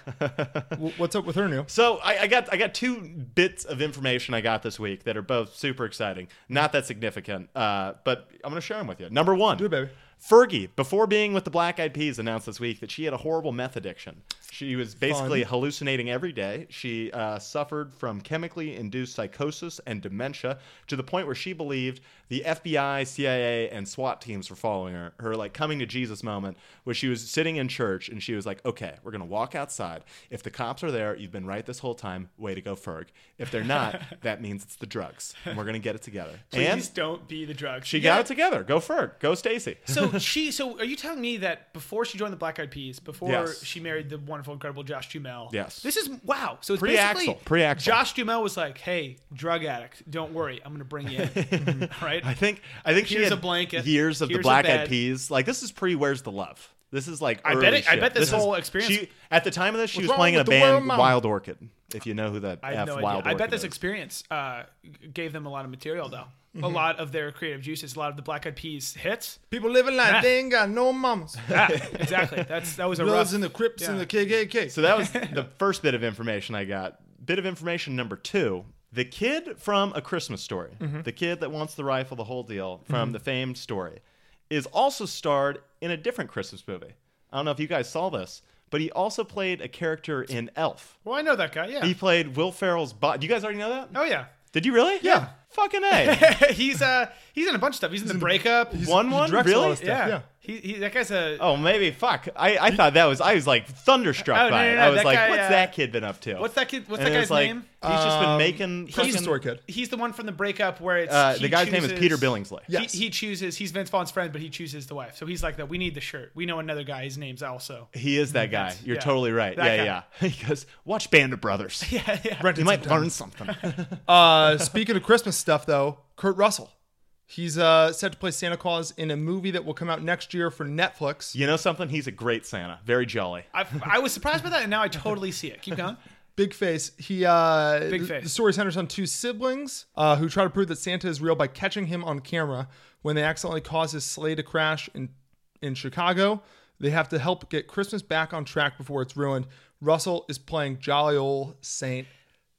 What's up with her new?
So I, I got I got two bits of information I got this week that are both super exciting. Not that significant, uh, but I'm gonna share them with you. Number one, do it,
baby.
Fergie, before being with the Black Eyed Peas, announced this week that she had a horrible meth addiction. She was basically
Fun.
hallucinating every day. She uh, suffered from chemically induced psychosis and dementia to the point where she believed the FBI, CIA, and SWAT teams were following her. Her like coming to Jesus moment where she was sitting in church and she was like, "Okay, we're gonna walk outside. If the cops are there, you've been right this whole time. Way to go, Ferg. If they're not, that means it's the drugs, and we're gonna get it together."
please
and
don't be the drugs
she
Yeah.
got it together. Go Ferg. Go Stacy.
So she, so are you telling me that before she joined the Black Eyed Peas, before
Yes.
she married the wonderful, incredible Josh Dumel?
Yes.
This is wow. So it's
Pre-Axl,
basically
pre-Axl.
Josh Dumel was like, "Hey, drug addict, don't worry, I'm gonna bring you in." right?
I think I think she
Here's
had
a blanket.
years of the
Here's a
Black Eyed
bed.
Peas. Like this is pre Where's the Love. This is like
I bet
early
it- I
shit.
bet this
is-
whole experience-
She, at the time of this, she
What's
was
wrong
playing in a
with the world,
band
Mom?
Wild Orchid. If you know who that
I
F
have no
Wild
idea. I
Orchid
bet this
is.
experience uh, gave them a lot of material, though. A lot of their creative juices, a lot of the Black Eyed Peas hits.
People living like they ain't got no mamas.
Yeah, exactly. That's that was a rough.
Bloods and the Crips and the KKK.
so that was the first bit of information I got. Bit of information number two. The kid from A Christmas Story,
Mm-hmm.
the kid that wants the rifle, the whole deal from the famed story, is also starred in a different Christmas movie. I don't know if you guys saw this, but he also played a character in Elf.
well, I know that guy. Yeah.
He played Will Ferrell's bot. You guys already know that?
oh yeah.
Did you really? Yeah. Fucking A.
he's uh he's in a bunch of stuff. He's in the breakup.
One one?
directs a lot
Really?
of stuff.
yeah.
yeah.
He, he that guy's a
Oh, maybe. Fuck. I, I thought that was, I was like thunderstruck
Oh, no,
by
no,
it.
no,
I was
that
like,
guy,
what's
uh,
that kid been up to?
what's that kid- what's
And
that
it was
guy's
like,
name?
He's just been
Um,
making.
Christmas
fucking-
Story kid.
He's the one from the breakup where it's
Uh,
he
the guy's name is
chooses-
Peter Billingsley.
He-
Yes.
He, chooses. He's Vince Vaughn's friend, but he chooses the wife. So he's like that. We need the shirt. We know another guy. His name's also.
He is that guy. You're
yeah.
totally right.
That
yeah,
guy.
yeah. He goes, watch Band of Brothers.
Yeah, yeah.
You might learn something.
Uh, speaking of Christmas stuff, though, Kurt Russell. He's uh, set to play Santa Claus in a movie that will come out next year for Netflix.
you know something? He's a great Santa. Very jolly.
I, I was surprised by that, and now I totally see it. Keep going.
Big Face. He uh,
Big
th-
Face.
The story centers on two siblings uh, who try to prove that Santa is real by catching him on camera when they accidentally cause his sleigh to crash in in Chicago. They have to help get Christmas back on track before it's ruined. Russell is playing jolly old Saint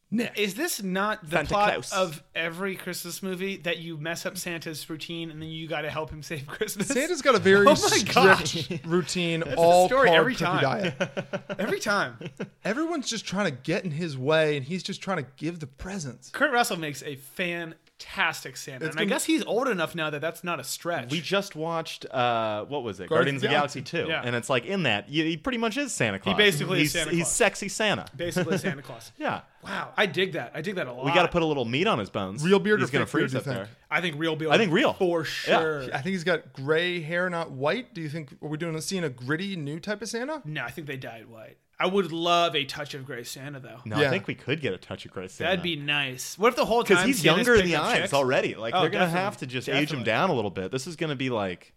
Nick.
Is this not the
Santa
plot
Claus.
of every Christmas movie that you mess up Santa's routine and then you got to help him save Christmas?
Santa's got a very
oh my
strict
gosh.
routine,
That's the
all
story
carb
every
cookie
time.
diet.
every time.
Everyone's just trying to get in his way, and he's just trying to give the presents.
Kurt Russell makes a fantastic Santa,
It's
and I
been-
guess he's old enough now that that's not a stretch.
We just watched uh, what was it?
Guardians of
Guardians,
the
of the Galaxy,
Galaxy.
Two,
Yeah.
and it's like in that he, he pretty much is Santa Claus.
basically
he's,
is Santa
He's
Claus.
sexy Santa.
Basically, Santa Claus.
Yeah.
Wow, I dig that. I dig that a lot.
we got to put a little meat on his bones.
Real beard
He's
or
gonna
fake beard,
freeze
do you
up
think?
there.
I think real beard.
I think real.
for sure.
I think he's got gray hair, not white. Do you think are we doing seeing a gritty new type of Santa?
No, I think they dyed white. I would love a touch of gray Santa though.
No, I think we could get a touch of gray Santa.
That'd be nice. What if the whole time
because he's
Santa's
younger in
picking
the
up
eyes
chicks?
already. Like
Oh,
they're gonna
definitely.
have to just age him down a little bit. This is gonna be like,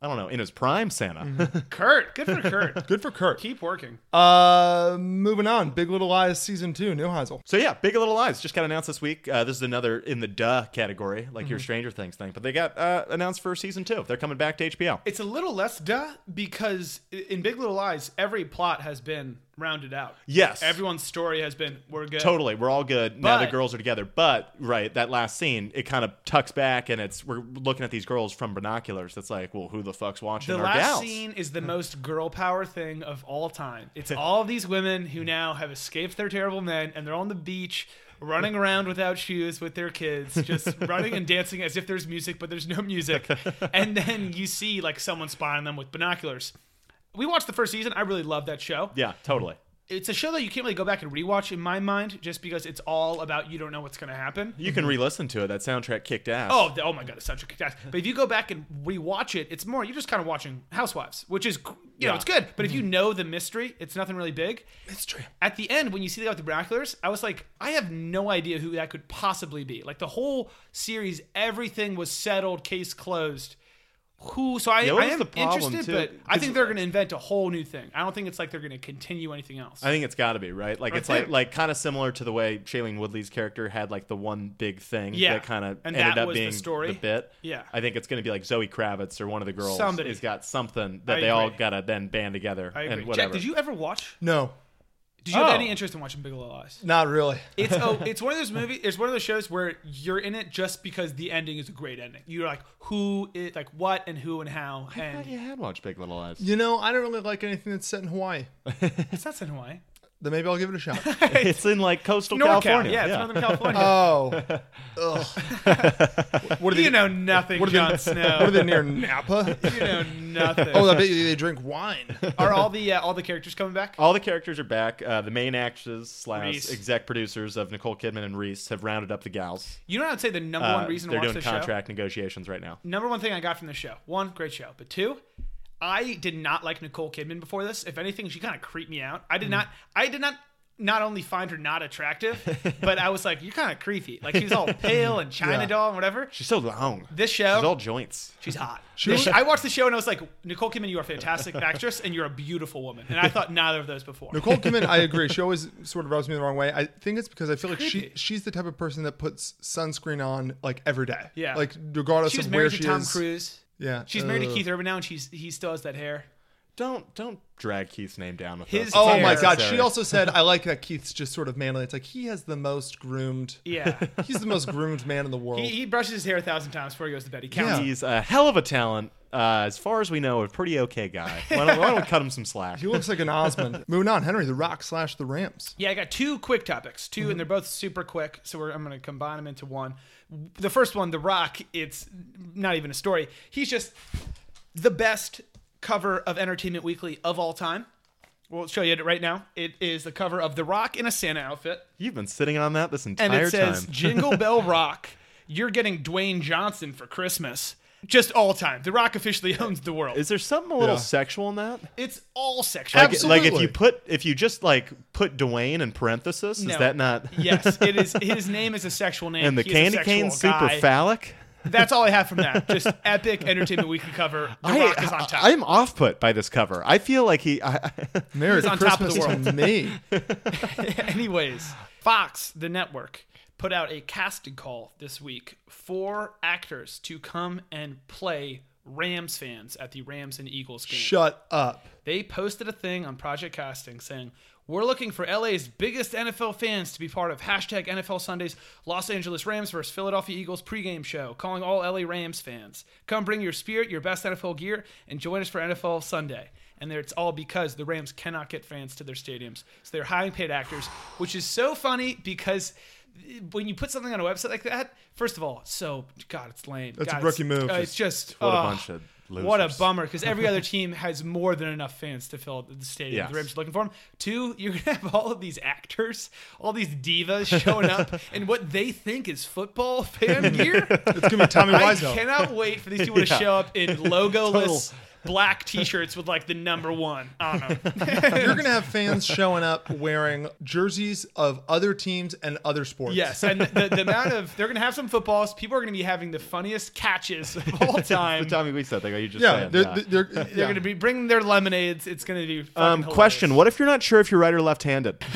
I don't know, in his prime Santa.
Mm-hmm. Kurt, good for Kurt.
good for Kurt.
Keep working.
Uh, moving on. Big Little Lies season two. New Heisel.
So yeah, Big Little Lies just got announced this week. Uh, this is another in the duh category, like your
Mhm.
Stranger Things thing. But they got uh, announced for season two. They're coming back to HBO.
It's a little less duh because i- in Big Little Lies, every plot has been rounded out.
Yes.
Everyone's story has been, we're good.
Totally, we're all good now. The
But-
girls are together, but right that last scene, it kind of tucks back, and it's we're looking at these girls from binoculars. That's like, well, who the fuck's watching
The
our
last
gals?
scene is the most girl power thing of all time. It's all these women who now have escaped their terrible men and they're on the beach running around without shoes with their kids, just running and dancing as if there's music, but there's no music. And then you see like someone spying them with binoculars. We watched the first season. I really loved that show.
Yeah, totally.
It's a show that you can't really go back and rewatch in my mind just because it's all about you don't know what's going to happen.
You can re-listen to it. That soundtrack kicked ass.
Mhm. Oh, th- oh my god, it's such a catastrophe. But if you go back and rewatch it, it's more you're just kind of watching Housewives, which is gr- you know
Yeah. Mm-hmm.
it's good. But if you know the mystery, it's nothing really big. Mystery. At the end, when you see the guy with the binoculars, I was like, I have no idea who that could possibly be. Like the whole series, everything was settled, case closed. Who? So I,
Yeah, what
I
was
am
the problem,
interested,
too?
but I think they're going to invent a whole new thing. I don't think it's like they're going to continue anything else.
I think it's got to be right. Like
I
it's like
think.
like kind of similar to the way Shailene Woodley's character had like the one big thing
Yeah.
that kind of
And
ended
that
up
was the
being
story.
bit.
Yeah.
I think it's going to be like Zoe Kravitz or one of the girls.
Somebody.
has got something
I
that they all
agree.
got to then band together
I agree.
and whatever.
Jack, did you ever watch?
No,
Did you have
Oh.
any interest in watching Big Little Lies?
not really.
It's oh, it's one of those movies. It's one of those shows where you're in it just because the ending is a great ending. You're like, who is like what and who and how. And
you had watched Big Little Lies.
You know, I don't really like anything that's set in Hawaii.
it's not set in Hawaii.
Then maybe I'll give it a shot.
it's in like coastal
NorCal,
California.
yeah, it's Northern California.
Oh, Ugh. What are
You know nothing,
what are they-
Jon Snow.
What are they near Napa?
You know nothing.
Oh, I bet you they drink wine.
Are all the uh, all the characters coming back?
uh,
All the characters are back. Uh, the main actors slash
Reese.
exec producers of Nicole Kidman and Reese have rounded up the gals.
You know what I'd say the number
Uh,
one reason to
they're
watch
doing
this
contract negotiations right now.
show. Number one thing I got from the show. One, great show. But two, I did not like Nicole Kidman before this. If anything, she kind of creeped me out. I did
Mm.
not. I did not. Not only find her not attractive, but I was like, "You're kind of creepy." Like she's all pale and China
Yeah.
doll and whatever.
She's so long.
This show-
She's all joints.
She's hot.
She
This-
was-
I watched the show and I was like, Nicole Kidman, you are a fantastic actress and you're a beautiful woman. And I thought neither of those before.
Nicole Kidman, I agree. She always sort of rubs me the wrong way. I think it's because I feel like she she's the type of person that puts sunscreen on like every day.
Yeah.
Like regardless
She was
of
married
where
to
she
Tom
is. Uh.
Cruise.
Yeah.
She's married to
Ugh.
Keith Urban now and she's he still has that hair.
Don't don't drag Keith's name down with
His
us.
Oh my god. She also said I like that Keith's just sort of manly. It's like he has the most groomed.
Yeah.
He's the most groomed man in the world.
He, he brushes his hair a thousand times before he goes to bed. He counts.
he's a hell of a talent. Uh, as far as we know, a pretty okay guy. Why don't, why don't we cut him some slack?
he looks like an Osmond. Moving on, Henry the Rock slash the Rams.
Yeah, I got two quick topics, 2
Mm-hmm.
and they're both super quick. So we're, I'm going to combine them into one. The first one, The Rock. It's not even a story. He's just the best cover of Entertainment Weekly of all time. We'll show you it right now. It is the cover of The Rock in a Santa outfit.
You've been sitting on that this entire
and it says
time.
Jingle Bell Rock. You're getting Dwayne Johnson for Christmas. Just all time. The Rock officially owns the world.
Is there something a little
Yeah.
sexual in that?
It's all sexual.
Like, like if you put if you just like put Dwayne in parenthesis,
No.
is that not?
yes, it is. His name is a sexual name.
and the
He's a
candy
sexual
cane super
guy.
phallic.
That's all I have from that. Just epic Entertainment Weekly cover. The
I,
Rock is on top.
I, am off put by this cover. I feel like he. I,
Merry
He's on top of the
Christmas
world.
to me.
Anyways, Fox, the network, put out a casting call this week for actors to come and play Rams fans at the Rams and Eagles game.
Shut up.
They posted a thing on Project Casting saying, We're looking for LA's biggest NFL fans to be part of hashtag NFL Sunday's Los Angeles Rams versus Philadelphia Eagles pregame show, calling all LA Rams fans. Come bring your spirit, your best NFL gear, and join us for NFL Sunday. And there- it's all because the Rams cannot get fans to their stadiums. So they're hiring paid actors, which is so funny because when you put something on a website like that, first of all, so God, it's lame.
That's a
God, it's-
rookie move.
uh, it's just
What a
ugh,
bunch of
What a
losers.
bummer because every other team has more than enough fans to fill the stadium.
Yes.
The Rams are looking for them. Two, you're gonna have all of these actors, all these divas showing up, and what they think is football fan gear.
It's gonna be Tommy Wiseau.
I cannot wait for these people to
Yeah.
show up in logoless.
Total.
Black T-shirts with like the number one on them.
You're gonna have fans showing up wearing jerseys of other teams and other sports.
Yes, and the, the amount of they're going to have some footballs. People are going to be having the funniest catches of all time.
the Tommy Wiseau thing. Are you just
Yeah,
saying?
they're,
yeah.
they're,
They're
yeah.
going to be bringing their lemonades. It's going to be fucking
Um,
hilarious.
question: What if you're not sure if you're right or left-handed?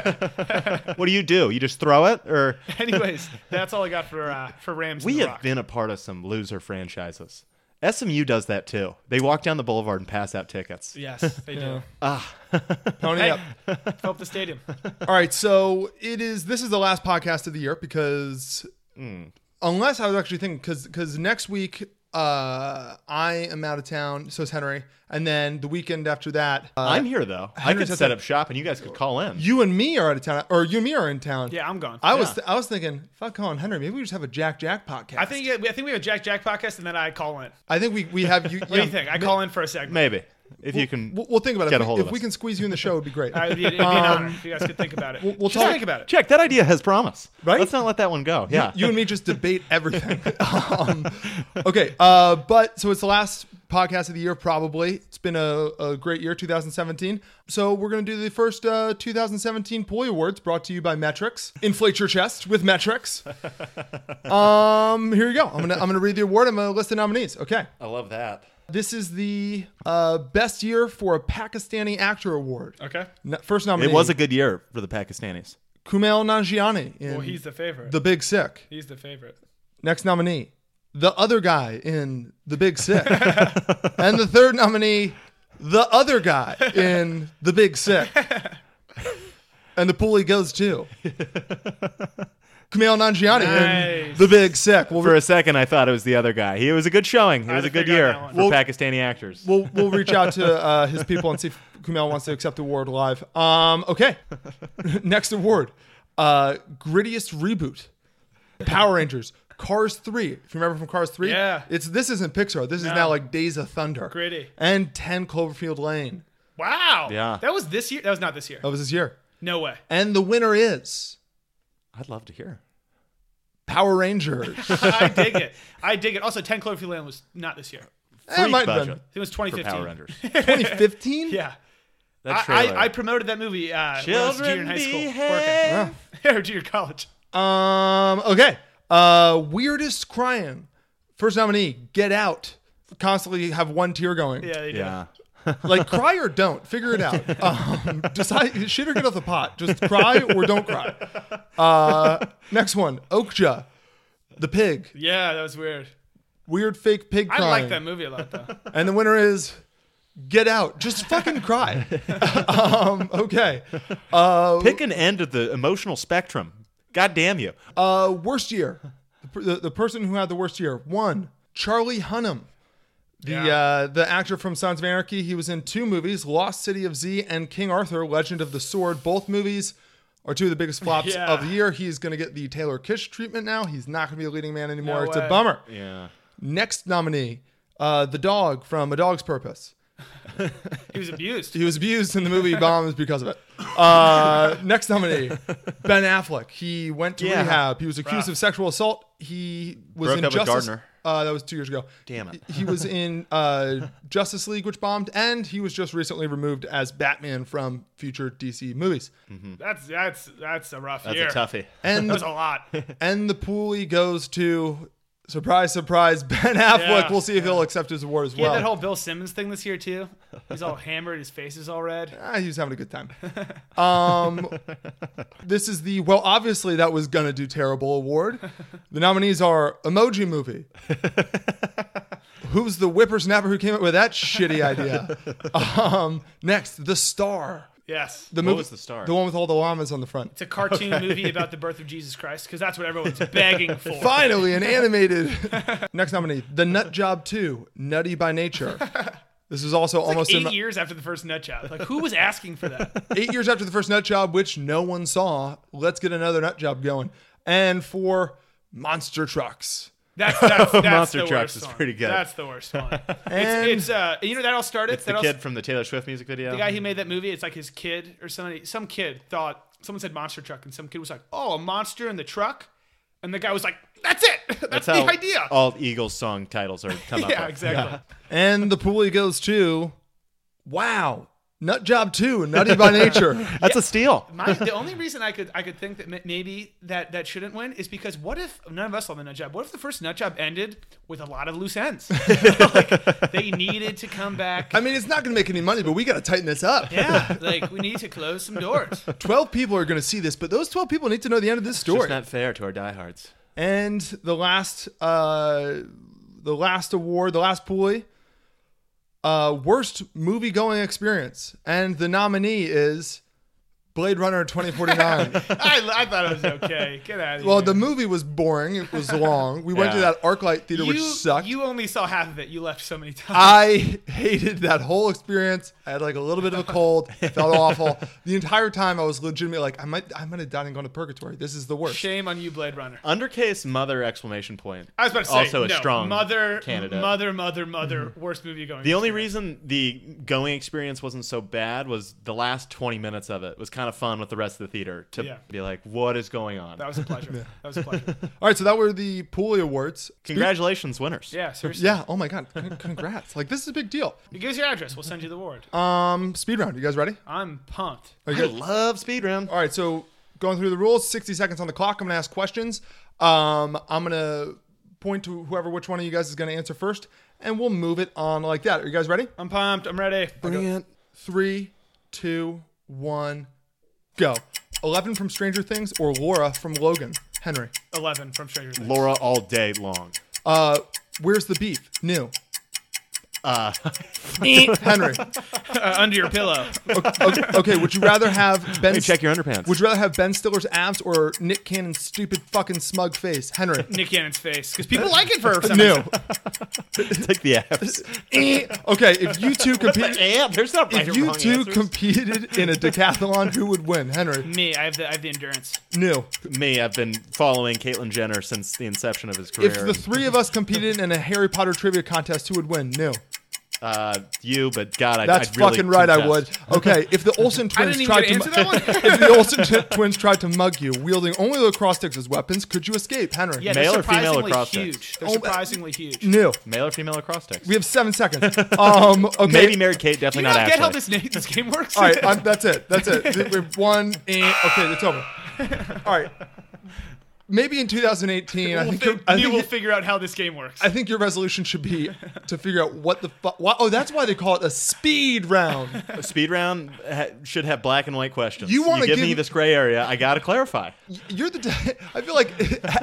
what do you do? You just throw it, or
Anyways, that's all I got for uh, for Rams.
we
and the
have
Rock.
been a part of some loser franchises. SMU does that too. They walk down the boulevard and pass out tickets.
Yes, they do.
Ah,
Pony up.
Fill up the stadium.
All right, so it is. This is the last podcast of the year because unless I was actually thinking because because next week uh I am out of town, so is Henry, and then the weekend after that uh,
I'm here though. I could
Henry's out
set
there.
up shop, and you guys could call in.
You and me are out of town, or you and me are in town.
Yeah, I'm gone.
I was
Yeah.
th- I was thinking, fuck calling Henry. Maybe we just have a Jack Jack podcast.
I think I think we have a Jack Jack podcast, and then I call in.
I think we we have you.
What
Um,
do you think? I call in for a segment.
Maybe if you can.
We'll, we'll think about it.
get
If
a hold
we-
of
if we
us.
can squeeze you in the show, it'd be great.
Uh, it'd be, it'd be an honor. if You guys could think about it.
Um, We'll, we'll
Just
talk
think about it.
Check that idea has promise.
Right?
Let's not let that one go.
You-
Yeah.
You, and me just debate everything. um, okay. Uh, but so it's the last podcast of the year, probably. It's been a, a great year, 2017. So we're going to do the first uh, 2017 Pully Awards brought to you by Metrics. Inflate your chest with Metrics. Um, here you go. I'm going to I'm going to read the award. I'm going to list the nominees. Okay.
I love that.
This is the uh, best year for a Pakistani actor award.
Okay.
N- first nominee.
It was a good year for the Pakistanis.
Kumail Nanjiani. In
Well, he's the favorite.
The Big Sick.
He's the favorite.
Next nominee, the other guy in The Big Sick. and the third nominee, the other guy in The Big Sick. And the pulley goes to Kumail Nanjiani in
Nice.
The Big Sick. We'll,
For a second, I thought it was the other guy. He it was a good showing. It
I had
was a
to
good
figure
year
out that
for Pakistani actors.
we'll, we'll reach out to uh, his people and see if Kumail wants to accept the award live. Um, okay. Next award uh, Grittiest Reboot, Power Rangers. Cars 3. If you remember from Cars 3,
Yeah.
it's this isn't Pixar. This
No.
is now like Days of Thunder.
Gritty.
And 10 Cloverfield Lane.
Wow.
Yeah.
That was this year. That was not this year.
Oh.
That was this year.
No way.
And the winner is
I'd love to hear.
Power Rangers. Eh,
I dig it. I dig it. Also, 10 Cloverfield Lane was not this year.
Eh, it might have been.
It was
for
2015.
Power Rangers.
2015?
Yeah.
That
I,
trailer.
I, I promoted that movie uh, when I was a junior in high school.
Children
Working. or junior college.
Um. Okay. Uh. Weirdest crying. First nominee. Get out. Constantly have one tear going.
Yeah, they do.
Yeah.
Like cry or don't. Figure it out. Um, decide shit or get off the pot. Just cry or don't cry. Uh. Next one. Okja. The pig.
Yeah, that was weird.
Weird fake pig crying.
I like that movie a lot, though.
And the winner is Get Out. Just fucking cry. um, okay. Uh,
Pick an end of the emotional spectrum. God damn you.
uh, worst year. The, per- the, the person who had the worst year. One, Charlie Hunnam. The,
Yeah.
uh, the actor from Sons of Anarchy, he was in two movies, Lost City of Z and King Arthur, Legend of the Sword. Both movies are two of the biggest flops
Yeah.
of the year. He's going to get the Taylor Kish treatment now. He's not going to be a leading man anymore.
No
it's
way.
a bummer.
Yeah.
Next nominee, uh, The Dog from A Dog's Purpose.
He was abused.
He was abused in the movie Bombs because of it. Uh, next nominee, Ben Affleck. He went to
Yeah.
rehab. He was accused
Rough.
of sexual assault. He was
Broke
in
up with
Justice.
Gardner.
Uh, that was two years ago.
Damn it.
He was in uh, Justice League, which bombed, and he was just recently removed as Batman from future DC movies.
Hmm. That's that's that's a rough
That's
year.
a toughie.
And
That was a lot.
and the pulley goes to surprise, surprise, Ben Affleck.
Yeah.
We'll see if he'll accept his award as
He
well.
had that whole Bill Simmons thing this year too. He's all hammered. His face is all red.
Ah, he was having a good time. Um, this is the well, obviously that was gonna do terrible award. The nominees are Emoji Movie, Who's the whippersnapper who came up with that shitty idea? um, next, The Star.
Yes.
The
What
movie,
was The Star?
The one with all the llamas on the front.
It's a cartoon movie about the birth of Jesus Christ because that's what everyone's begging for.
Finally, an animated. Next nominee, The Nut Job 2, Nutty by Nature. This is also
It's like
almost
eight
in my-
years after the first nut job. Like who was asking for that?
eight years after the first nut job, which no one saw. Let's get another nut job going. And for monster trucks.
That's that's, that's
Monster
the
Trucks
worst
is
one.
pretty good.
That's the worst one.
And-
it's, it's uh, you know that all started.
It's
that
the
all
kid from the Taylor Swift music video.
The guy who made that movie, it's like his kid or somebody. Some kid thought someone said monster truck, and some kid was like, "Oh, a monster in the truck," and the guy was like, "That's it. That's,
That's
the
how
idea."
all Eagles song titles are come up
Yeah,
with.
exactly.
And the pulley goes to, wow, nut job 2, Nutty by Nature.
That's a steal.
My, the only reason I could I could think that ma- maybe that that shouldn't win is because what if none of us saw the nut job? What if the first nut job ended with a lot of loose ends? like, they needed to come back.
I mean, it's not going to make any money, but we got to tighten this up.
Yeah, like we need to close some doors.
12 people are going to see this, but those 12 people need to know the end of this
It's
story.
just not fair to our diehards.
And the last, uh, the last award, the last pulley, uh, worst movie going experience, and the nominee is Blade Runner twenty forty nine.
I, I thought it was okay. Get out of
well,
here.
the movie was boring. It was long. We went to
Yeah.
that ArcLight theater, which
You-
sucked.
You only saw half of it. You left so many times.
I hated that whole experience. I had like a little bit of a cold. It felt awful. The entire time, I was legitimately like, I might, I might have died and gone to purgatory. This is the worst.
Shame on you, Blade Runner.
Undercase mother exclamation point.
I was about to say
also a
no,
strong
mother,
candidate.
mother, mother, mother.
Mm-hmm.
Worst movie going.
The only reason the going experience wasn't so bad was the last 20 minutes of it was kind of fun with the rest of the theater to
Yeah.
be like, what is going on?
that was a pleasure. That was a pleasure.
All right, so that were the Pulley Awards.
Congratulations, winners.
Yeah, seriously.
Yeah. Oh my God. Con- Congrats. like this is a big deal.
You give us your address. We'll send you the award.
Um, speed round. You guys ready?
I'm pumped.
Are you
I
good?
love speed round.
All right. So going through the rules. Sixty seconds on the clock. I'm gonna ask questions. Um, I'm gonna point to whoever which one of you guys is gonna answer first, and we'll move it on like that. Are you guys ready?
I'm pumped. I'm ready.
Brilliant.
Three, two, one, go. Eleven from Stranger Things or Laura from Logan. Henry.
Eleven from Stranger Things.
Laura all day long.
Uh, where's the beef? New.
Uh,
Henry.
Uh, under your pillow.
Okay, okay, would you rather have Ben?
Let me check your underpants.
Would you rather have Ben Stiller's abs or Nick Cannon's stupid fucking smug face? Henry.
Nick Cannon's face, because people like it for some
No.
reason.
Take the abs.
Eh. okay, if you two competed,
Yeah, there's not right
if
or
you
wrong
two
answers.
competed in a decathlon, who would win? Henry.
Me, I have the I have the endurance.
No.
Me, I've been following Caitlyn Jenner since the inception of his career.
If the three of us competed in a Harry Potter trivia contest, who would win? No.
uh, you, but God, I,
That's
I'd really
fucking right. I
contest.
would. Okay, if the Olsen
I
twins
didn't even
tried
get
to
to
mu-
answer that one.
if the Olsen t- twins tried to mug you, wielding only lacrosse sticks as weapons, could you escape? Henry.
Yeah,
Male
they're
or female
surprisingly
across
huge.
sex?
They're
Oh, uh,
surprisingly huge.
No.
Male or female acrostics.
We have seven seconds. Um, okay.
Maybe married Kate,
Do you
definitely
not
not
get how
Ashley.
this, na- this game works?
All right, I'm, that's it. That's it. Th- We've won. eh, okay, it's over. All right. Maybe in 2018, I
we'll
think
fi-
your, I
you
think,
will figure out how this game works.
I think your resolution should be to figure out what the fuck. Oh, that's why they call it a speed round.
A speed round ha- should have black and white questions.
You wanna
give, me
give-
this gray area? I gotta clarify.
You're the. t- I feel like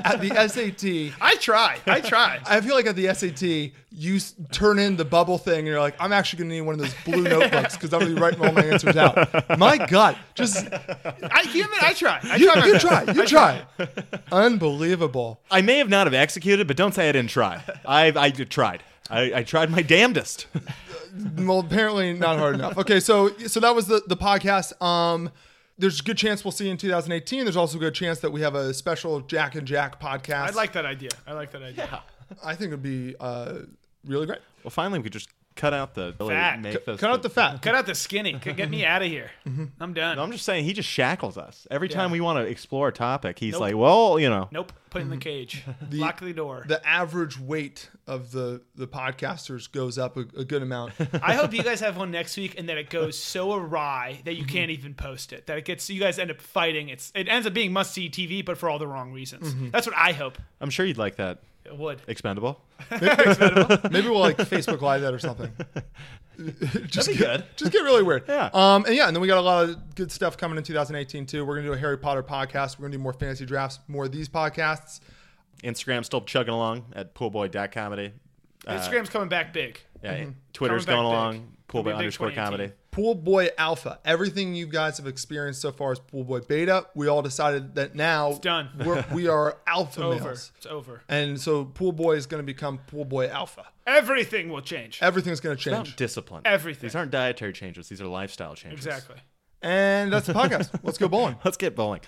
at the SAT.
I try. I try.
I feel like at the SAT, you s- turn in the bubble thing, and you're like, "I'm actually going to need one of those blue notebooks because I'm going to be writing all my answers out." My God, just
I human. I try. I
you,
try. my
you
best.
try, you try. Unbelievable.
I may have not have executed, but don't say I didn't try. I I tried. I, I tried my damnedest.
well apparently not hard enough okay so so that was the the podcast um there's a good chance we'll see you in 2018 there's also a good chance that we have a special jack and jack podcast
I like that idea. I like that idea.
i think it'd be uh really great
Well, finally, we could just cut out the ability to
Fat.
make this-
cut out the fat
Uh, Cut out the skinny. Get get me out of here. I'm done.
No, I'm just saying he just shackles us every
Yeah.
time we want to explore a topic. He's
Nope.
like, well, you know,
Nope. Put in the cage. Lock the door.
the average weight of the the podcasters goes up a, a good amount
I hope you guys have one next week and that it goes so awry that you can't even post it. That it gets you guys end up fighting. It's it ends up being must see TV, but for all the wrong reasons. That's what I hope
I'm sure you'd like that.
it would.
Expendable.
maybe we'll like facebook live that or something just
That'd be
get,
good.
just get really weird
Yeah.
um and yeah and then we got a lot of good stuff coming in 2018 too we're gonna do a harry potter podcast we're gonna do more fantasy drafts more of these podcasts
Instagram still chugging along at poolboy.comedy.
Instagram's coming back big.
Yeah,
Mm-hmm.
Twitter's
Coming
going
back
along.
big.
Pool
It'll be
boy
a big
underscore
2018.
comedy.
Pool Boy Alpha. Everything you guys have experienced so far is Pool Boy Beta. We all decided that now it's
done.
We're, we are alpha
It's over.
males.
It's over.
And so Pool Boy is going to become Pool Boy Alpha.
Everything will change.
Everything's going to
It's about
change.
discipline.
Everything.
These aren't dietary changes. These are lifestyle changes.
Exactly.
And that's the podcast. Let's go bowling.
Let's get bowling.